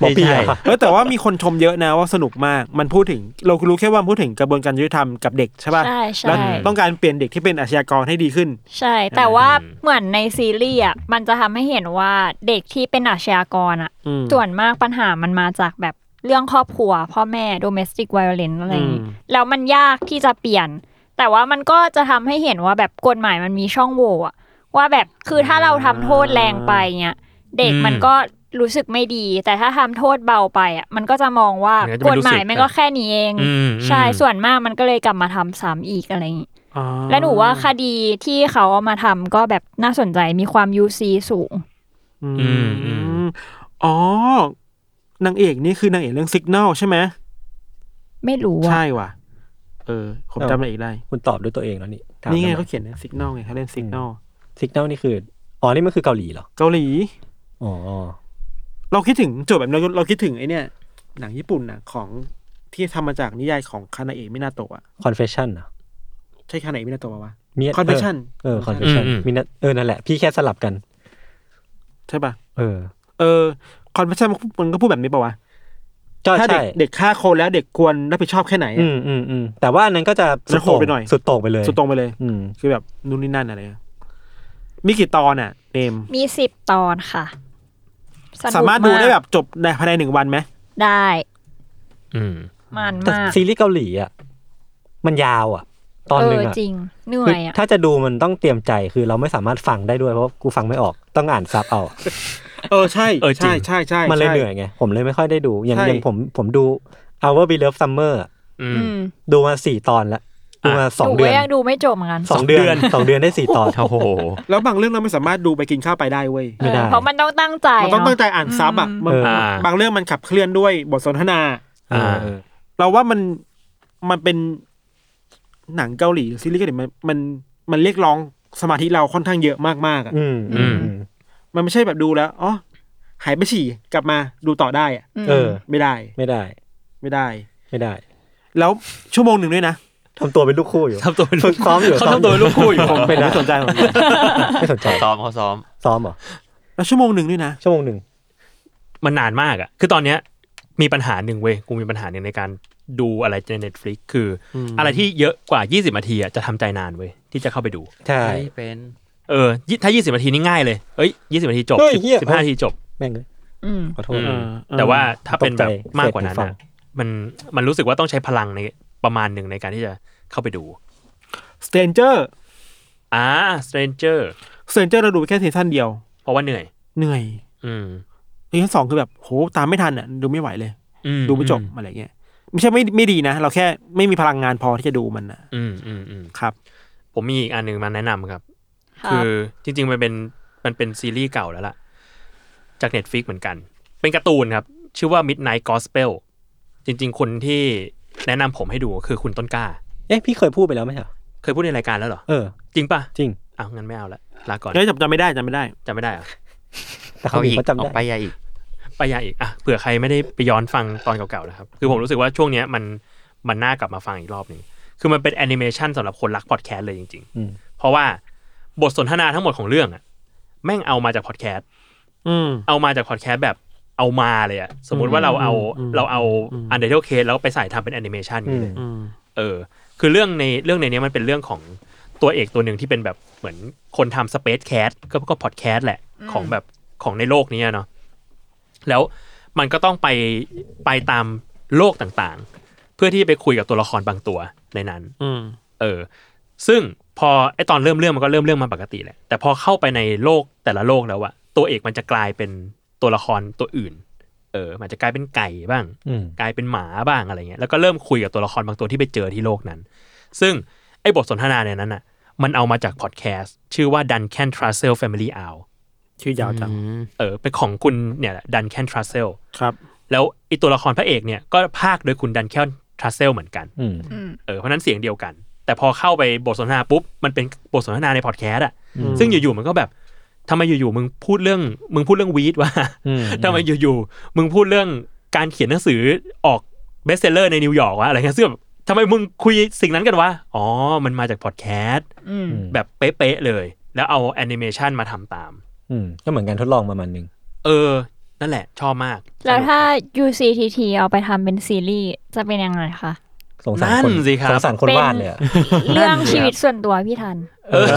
หมอ
ไม่
เปีย
ใช่
เหรอ
เออแต่ว่ามีคนชมเยอะนะว่าสนุกมากมันพูดถึงเรารู้แค่ว่ามันพูดถึงกระบวนการยุติธรรมกับเด็กใช่ป่ะ
ใช่ใช่
แล้วต้องการเปลี่ยนเด็กที่เป็นอาชญากรให้ดีขึ้น
ใช่ แต่ว่าเหมือนในซีรีส์อ่ะมันจะทำให้เห็นว่าเด็กที่เป็นอาชญากรอ่ะ
อืม
ส่วนมากปัญหามันมาจากแบบเรื่องครอบครัว พ่อแม่ domestic violence อะไรอย่างงี้แล้วมันยากที่จะเปลี่ยน แต่ว่ามันก็จะทำให้เห็นว่าแบบกฎหมายมันมีช่องโหว่อะว่าแบบคือถ้าเราทำโทษแรงไปเนี่ยเด็กมันก็รู้สึกไม่ดี แต่ถ้าทำโทษเบาไปอ่ะมันก็จะมองว่ากฎหมายมันก็แค่นี้เอง
อืม
ใช่ส่วนมากมันก็เลยกลับมาทำซ้ำอีกอะไรอย่างงี้
อ๋อ
และหนูว่าคดีที่เขาเอามาทำก็แบบน่าสนใจมีความ UC สูง
อื
อืมอืม
มอ๋อนางเอกนี่คือนางเอกเรื่อง Signal ใช่ไหม
ไม่รู้ว่า
ใช่ว่ะ เออ ผมจำนางเอกได้
คุณตอบด้วยตัวเองแล้วนี่ถาม
นี่ไง
ทำม
เขาเขียนนะ Signal ไงเขาเล่น Signal
สิกเนลนี่คือ อ๋อ นี่มันคือเกาหลีเหรอ
เกาหลี
อ๋อ
เราคิดถึงโจทย์แบบเราเราคิดถึงไอเนี่ย หนังญี่ปุ่นน่ะของที่ทำมาจากนิยายของคานาเอะมินาโตะอะ
confession เหรอ
ใช่คานาเอะมินาโตะปะวะ
มี
confession
เออ confession มีนัดเออ นั่นแหละ พี่แค่สลับกัน
ใช่ปะ
เออ
เออ confession มันก็พูดแบบนี้ปะวะ
ก็
ถ้าเด็
ใช่
กเด็กฆ่าคนแล้วเด็กควรรับผิดชอบแค่ไหนอะ
อืมอืมอืมแต่ว่าอันนั้นก็จะ
มันโหดไปหน่อย
สุดโต่งไปเลย
สุดตรงไปเลย
อืม
คือแบบนู่นนี่นั่นอะไรอะมีกี่ตอนอ่ะเนม
มีสิบตอนค่ะนุก
สามารถดูได้แบบจบในภายในหนึ่งวันไหม
ได้
อืม
มัน
แต่
มาก
ซีรีส์เกาหลีอ่ะ มันยาวอ่ะ ตอนหนึ่ง
เอ
อ่ะ
อจริงเหนื่
คือ
อยอ่ะ
ถ้าจะดูมันต้องเตรียมใจ คือเราไม่สามารถฟังได้ด้วย เพราะกูฟังไม่ออก ต้องอ่านซับเอา
เออใช่ใช่ใช่ใช่
มันเลยเหนื่อยไง ผมเลยไม่ค่อยได้ดู อย่าง
ใช่
อย่างผม ผมดู Our Beloved Summer อะ
อืม
อืม
ดูมาสี่ตอนละ ดูมาสอง
ห
เดือน
ก็ยังดูไม่จบเหมือนกัน
สองเดือนสองเดือนได้สี่ตอน
โอ้โห
แล้วบางเรื่องเราไม่สามารถดูไปกินข้าวไปได้เว้ย
เอ
ไม่
อ
ได้
เพราะมันต้องตั้งใจ
มันต้องตั้งใจอ่านซับอ่ะมัน
เออ
อ่า
บางเรื่องมันขับเคลื่อนด้วยบทสนทนา
อ่า
เออ
เราว่ามันมันเป็นหนังเกาหลีหรือซีรีส์เกาหลีมันมันมันเรียกร้องสมาธิเราค่อนข้างเยอะมากๆอ่ะ
อืมอื
อืม
ม
มันไม่ใช่แบบดูแล้วอ๋อหายไปฉี่กลับมาดูต่อได้อ่ะ
เออ
ไม่ได้
ไม่ได้
ไม่ได้
ไม่ได้
แล้วชั่วโมงหนึ่งด้วยนะ
ทำตัวเป็นลูกคู่อยู่
ทำตัวเป็น
ฝึกซ้อมอยู่
เขาทำตัวเป็นลูกคู่อยู่
ผมไม่ได้
ไม่สนใจผม
ไม่สนใจ
ซ้อมเขาซ้อม
ซ้อมเหรอ
แล้วชั่วโมงหนึ่งด้วยนะ
ชั่วโมงหนึ่ง
มันนานมากอ่ะ คือตอนเนี้ยมีปัญหาหนึ่งเว้ย กูมีปัญหาหนึ่งในการดูอะไรใน Netflix คือ อะไรที่เยอะกว่า 20นาทีอ่ะจะทำใจนานเว้ย ที่จะเข้าไปดู
ใช่
เป็น
เออยี่ถ้า 20นาทีนี่ง่ายเลยเอ้ย20นาทีจบ
เฮ้ยเหี้ย
สิบห้านาทีจบ
แม่งเลย
อืม
ขอโทษ
อืม
เออ
แต่ว่าถ้าเป็นแบบ
ตกใจ
มากกว่านั้น
เสร็จ
อะ
หูฟั
มันมันรู้สึกว่าต้องใช้พลังในประมาณหนึ่งในการที่จะเข้าไปดู
สเตนเจอร์
อ่า stranger
สเตนเจอร์เราดูไปแค่ซีซั่นเดียว
เพราะว่าเหนื่อย
เหนื่อย
อืม
ซีซั่นสองคือแบบโหตามไม่ทันอ่ะดูไม่ไหวเลย
อื
ดูไม่จบอะไรเงี้ยไม่ใช่ไม่ไม่ดีนะ เราแค่ไม่มีพลังงานพอที่จะดูมันนะ
อืมอืมอืม
ครับ
ผมมีอีกอันหนึ่งมาแนะนำครับ
ครับ
คือจริง ๆ มันเป็นมันเป็นซีรีส์เก่าแล้วล่ะ จาก Netflix เหมือนกัน เป็นการ์ตูนครับ ชื่อว่า Midnight Gospel จริง ๆ คนที่แนะนำผมให้ดูคือคุณต้นกล้า
เอ๊ะพี่เคยพูดไปแล้วไหมเหรอ
เคยพูดในรายการแล้วเหรอ
เออ
จริงปะ
จริง
อ้าวงั้นไม่เอาละลาก่อน
แล้วจำจำไม่ได้จำไม่ได้
จำไม่ได้เหรอะ
แต่เขา
เอา
อี
อีก
เขาจำ
เอา
ได้
ไปยาอีก
ปยาอีกอ่ะเผื่อใครไม่ได้ไปย้อนฟังตอนเก่าๆนะครับ คือผมรู้สึกว่าช่วงเนี้ยมันมันน่ากลับมาฟังอีกรอบหนึ่งคือมันเป็นแอนิเมชันสำหรับคนรักพอดแคสต์เลยจริง
อืม
ๆ เพราะว่าบทสนทนาทั้งหมดของเรื่องอะแม่งเอามาจากพอดแคสต์
อืม
เอามาจากพอดแคสต์แบบเอามาเลยอะสมมุติว่าเราเอา
อืม
เราเอาอันเดอร์เทลเคสแล้วไปใส่ทำเป็นแอนิเมชัน
อื
นี่
ม
เลย
อืม
เออคือเรื่องในเรื่องในเนี้ยมันเป็นเรื่องของตัวเอกตัวหนึ่งที่เป็นแบบเหมือนคนทำสเปซแคสก็ก็พอดแคสต์แหละของแบบของในโลกนี้อะเนาะ แล้วมันก็ต้องไปไปตามโลกต่างๆ เพื่อที่จะไปคุยกับตัวละครบางตัวในนั้น
อืม
เออ ซึ่งพอไอตอนเริ่มเรื่องมันก็เริ่มเรื่องมาปกติแหละ แต่พอเข้าไปในโลกแต่ละโลกแล้วอะตัวเอกมันจะกลายเป็นตัวละครตัวอื่น เออ มันจะกลายเป็นไก่บ้าง
อืม
กลายเป็นหมาบ้างอะไรเงี้ย แล้วก็เริ่มคุยกับตัวละครบางตัวที่ไปเจอที่โลกนั้น ซึ่งไอ้บทสนทนาในนั้นอะมันเอามาจากพอดแคสต์ชื่อว่า Duncan Trussell Family Hour
ชื่อยาวจัง
เออ เป็นของคุณเนี่ยแหละ Duncan Trussell
ครับ
แล้วไอีตัวละครพระเอกเนี่ยก็พากย์โดยคุณดันแคลนทรัสเซลเหมือนกัน
อืม
เออเพราะฉะนั้นเสียงเดียวกัน แต่พอเข้าไปบทสนทนาปุ๊บ มันเป็นบทสนทนาในพอดแคสต์อะซึ่งอยู่ๆมันก็แบบทำไมอยู่ๆมึงพูดเรื่องมึงพูดเรื่องวีดวะ
อืม
ทำไมอยู่ๆมึงพูดเรื่องการเขียนหนังสือออกเบสเซลเลอร์ในนิวยอร์กวะอะไรเงี้ยซึ่งแบบ ทำไมมึงคุยสิ่งนั้นกันวะอ๋อ มันมาจากพอดแคสต์
อืม
แบบเป๊ะๆเลย แล้วเอาแอนิเมชันมาทำตาม
อืมก็เหมือนการทดลองประมาณหนึง
เออ นั่นแหละ ชอบมาก
แล้วถ้า UCTT เอาไปทำเป็นซีรีส์จะเป็นยังไงคะ
สงสารคนสงสารคนวาดเลยอะ
เรื่องชีวิตส่วนตัวพี่ทัน
เออ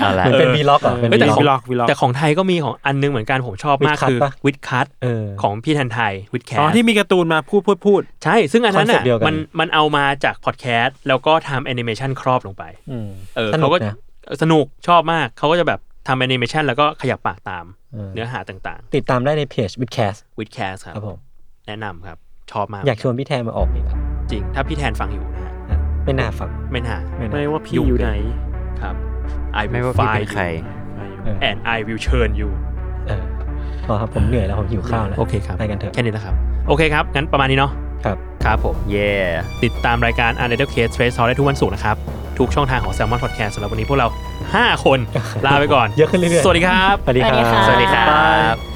เอา
เห
ละ
มือนเป็นวีล็อกอ่ะ
เออ
เป็น
แต่
vlog
ขอ
วีล็อกวีล็อก
แต่ของไทยก็มีของอันนึงเหมือนกันผมชอบมาก
With cut
คือ
ปะ
วิดคัต
เออ
ของพี่แทนไทยวิดแค
อ๋อ
ส
ที่มีการ์ตูนมาพูดพูดพูด
ใช่ ซึ่งอันนั้น
concept
อ่ะ
เดียวกัน
มันมันเอามาจากพอดแคสต์แล้วก็ทำแอนิเมชันครอบลงไป
อืม
เออ
สนุ
เขา
ก
ก็
นะ
สนุกชอบมาก เขาก็จะแบบทำแอนิเมชันแล้วก็ขยับปากตาม
เออ
เนื้อหาต่าง
ติดตามได้ในเพจวิดแคส
ๆวิดแคสครับ
ครับผม
แนะนำครับ ชอบมาก
อยากชวนพี่แทนมาออกอีกครับ
จริง ถ้าพี่แทนฟังอยู่นะฮะ
นะไม่น่าฟัง
ไม่น่า
น่า
ไม่ว่าพี่อยู่ไหน
ครับ I
ไม่
will
ว่าพี่
find
เป็นใคร
you
เออ
and I will turn you
เออพอครับผมเหนื่อยแล้วผมหิวข้าวแล้ว
โอเคครับ
ไปกันเถอะ
แค่นี้นะครับ โอเคครับ งั้นประมาณนี้เนาะ
ครับ
ครับผม
เย่
ติดตามรายการ u n d e r Case Trace Talk ได้ทุกวันศุกร์นะครับ ทุกช่องทางของ Salmon Podcast สำหรับวันนี้พวกเรา 5 คน ลาไปก่อน
เยอะขึ้นเรื่อยๆ
สวัสดีครับ
สวัสดีครั
สวัสดี
บ
ค่ะ
สวัสดีครับ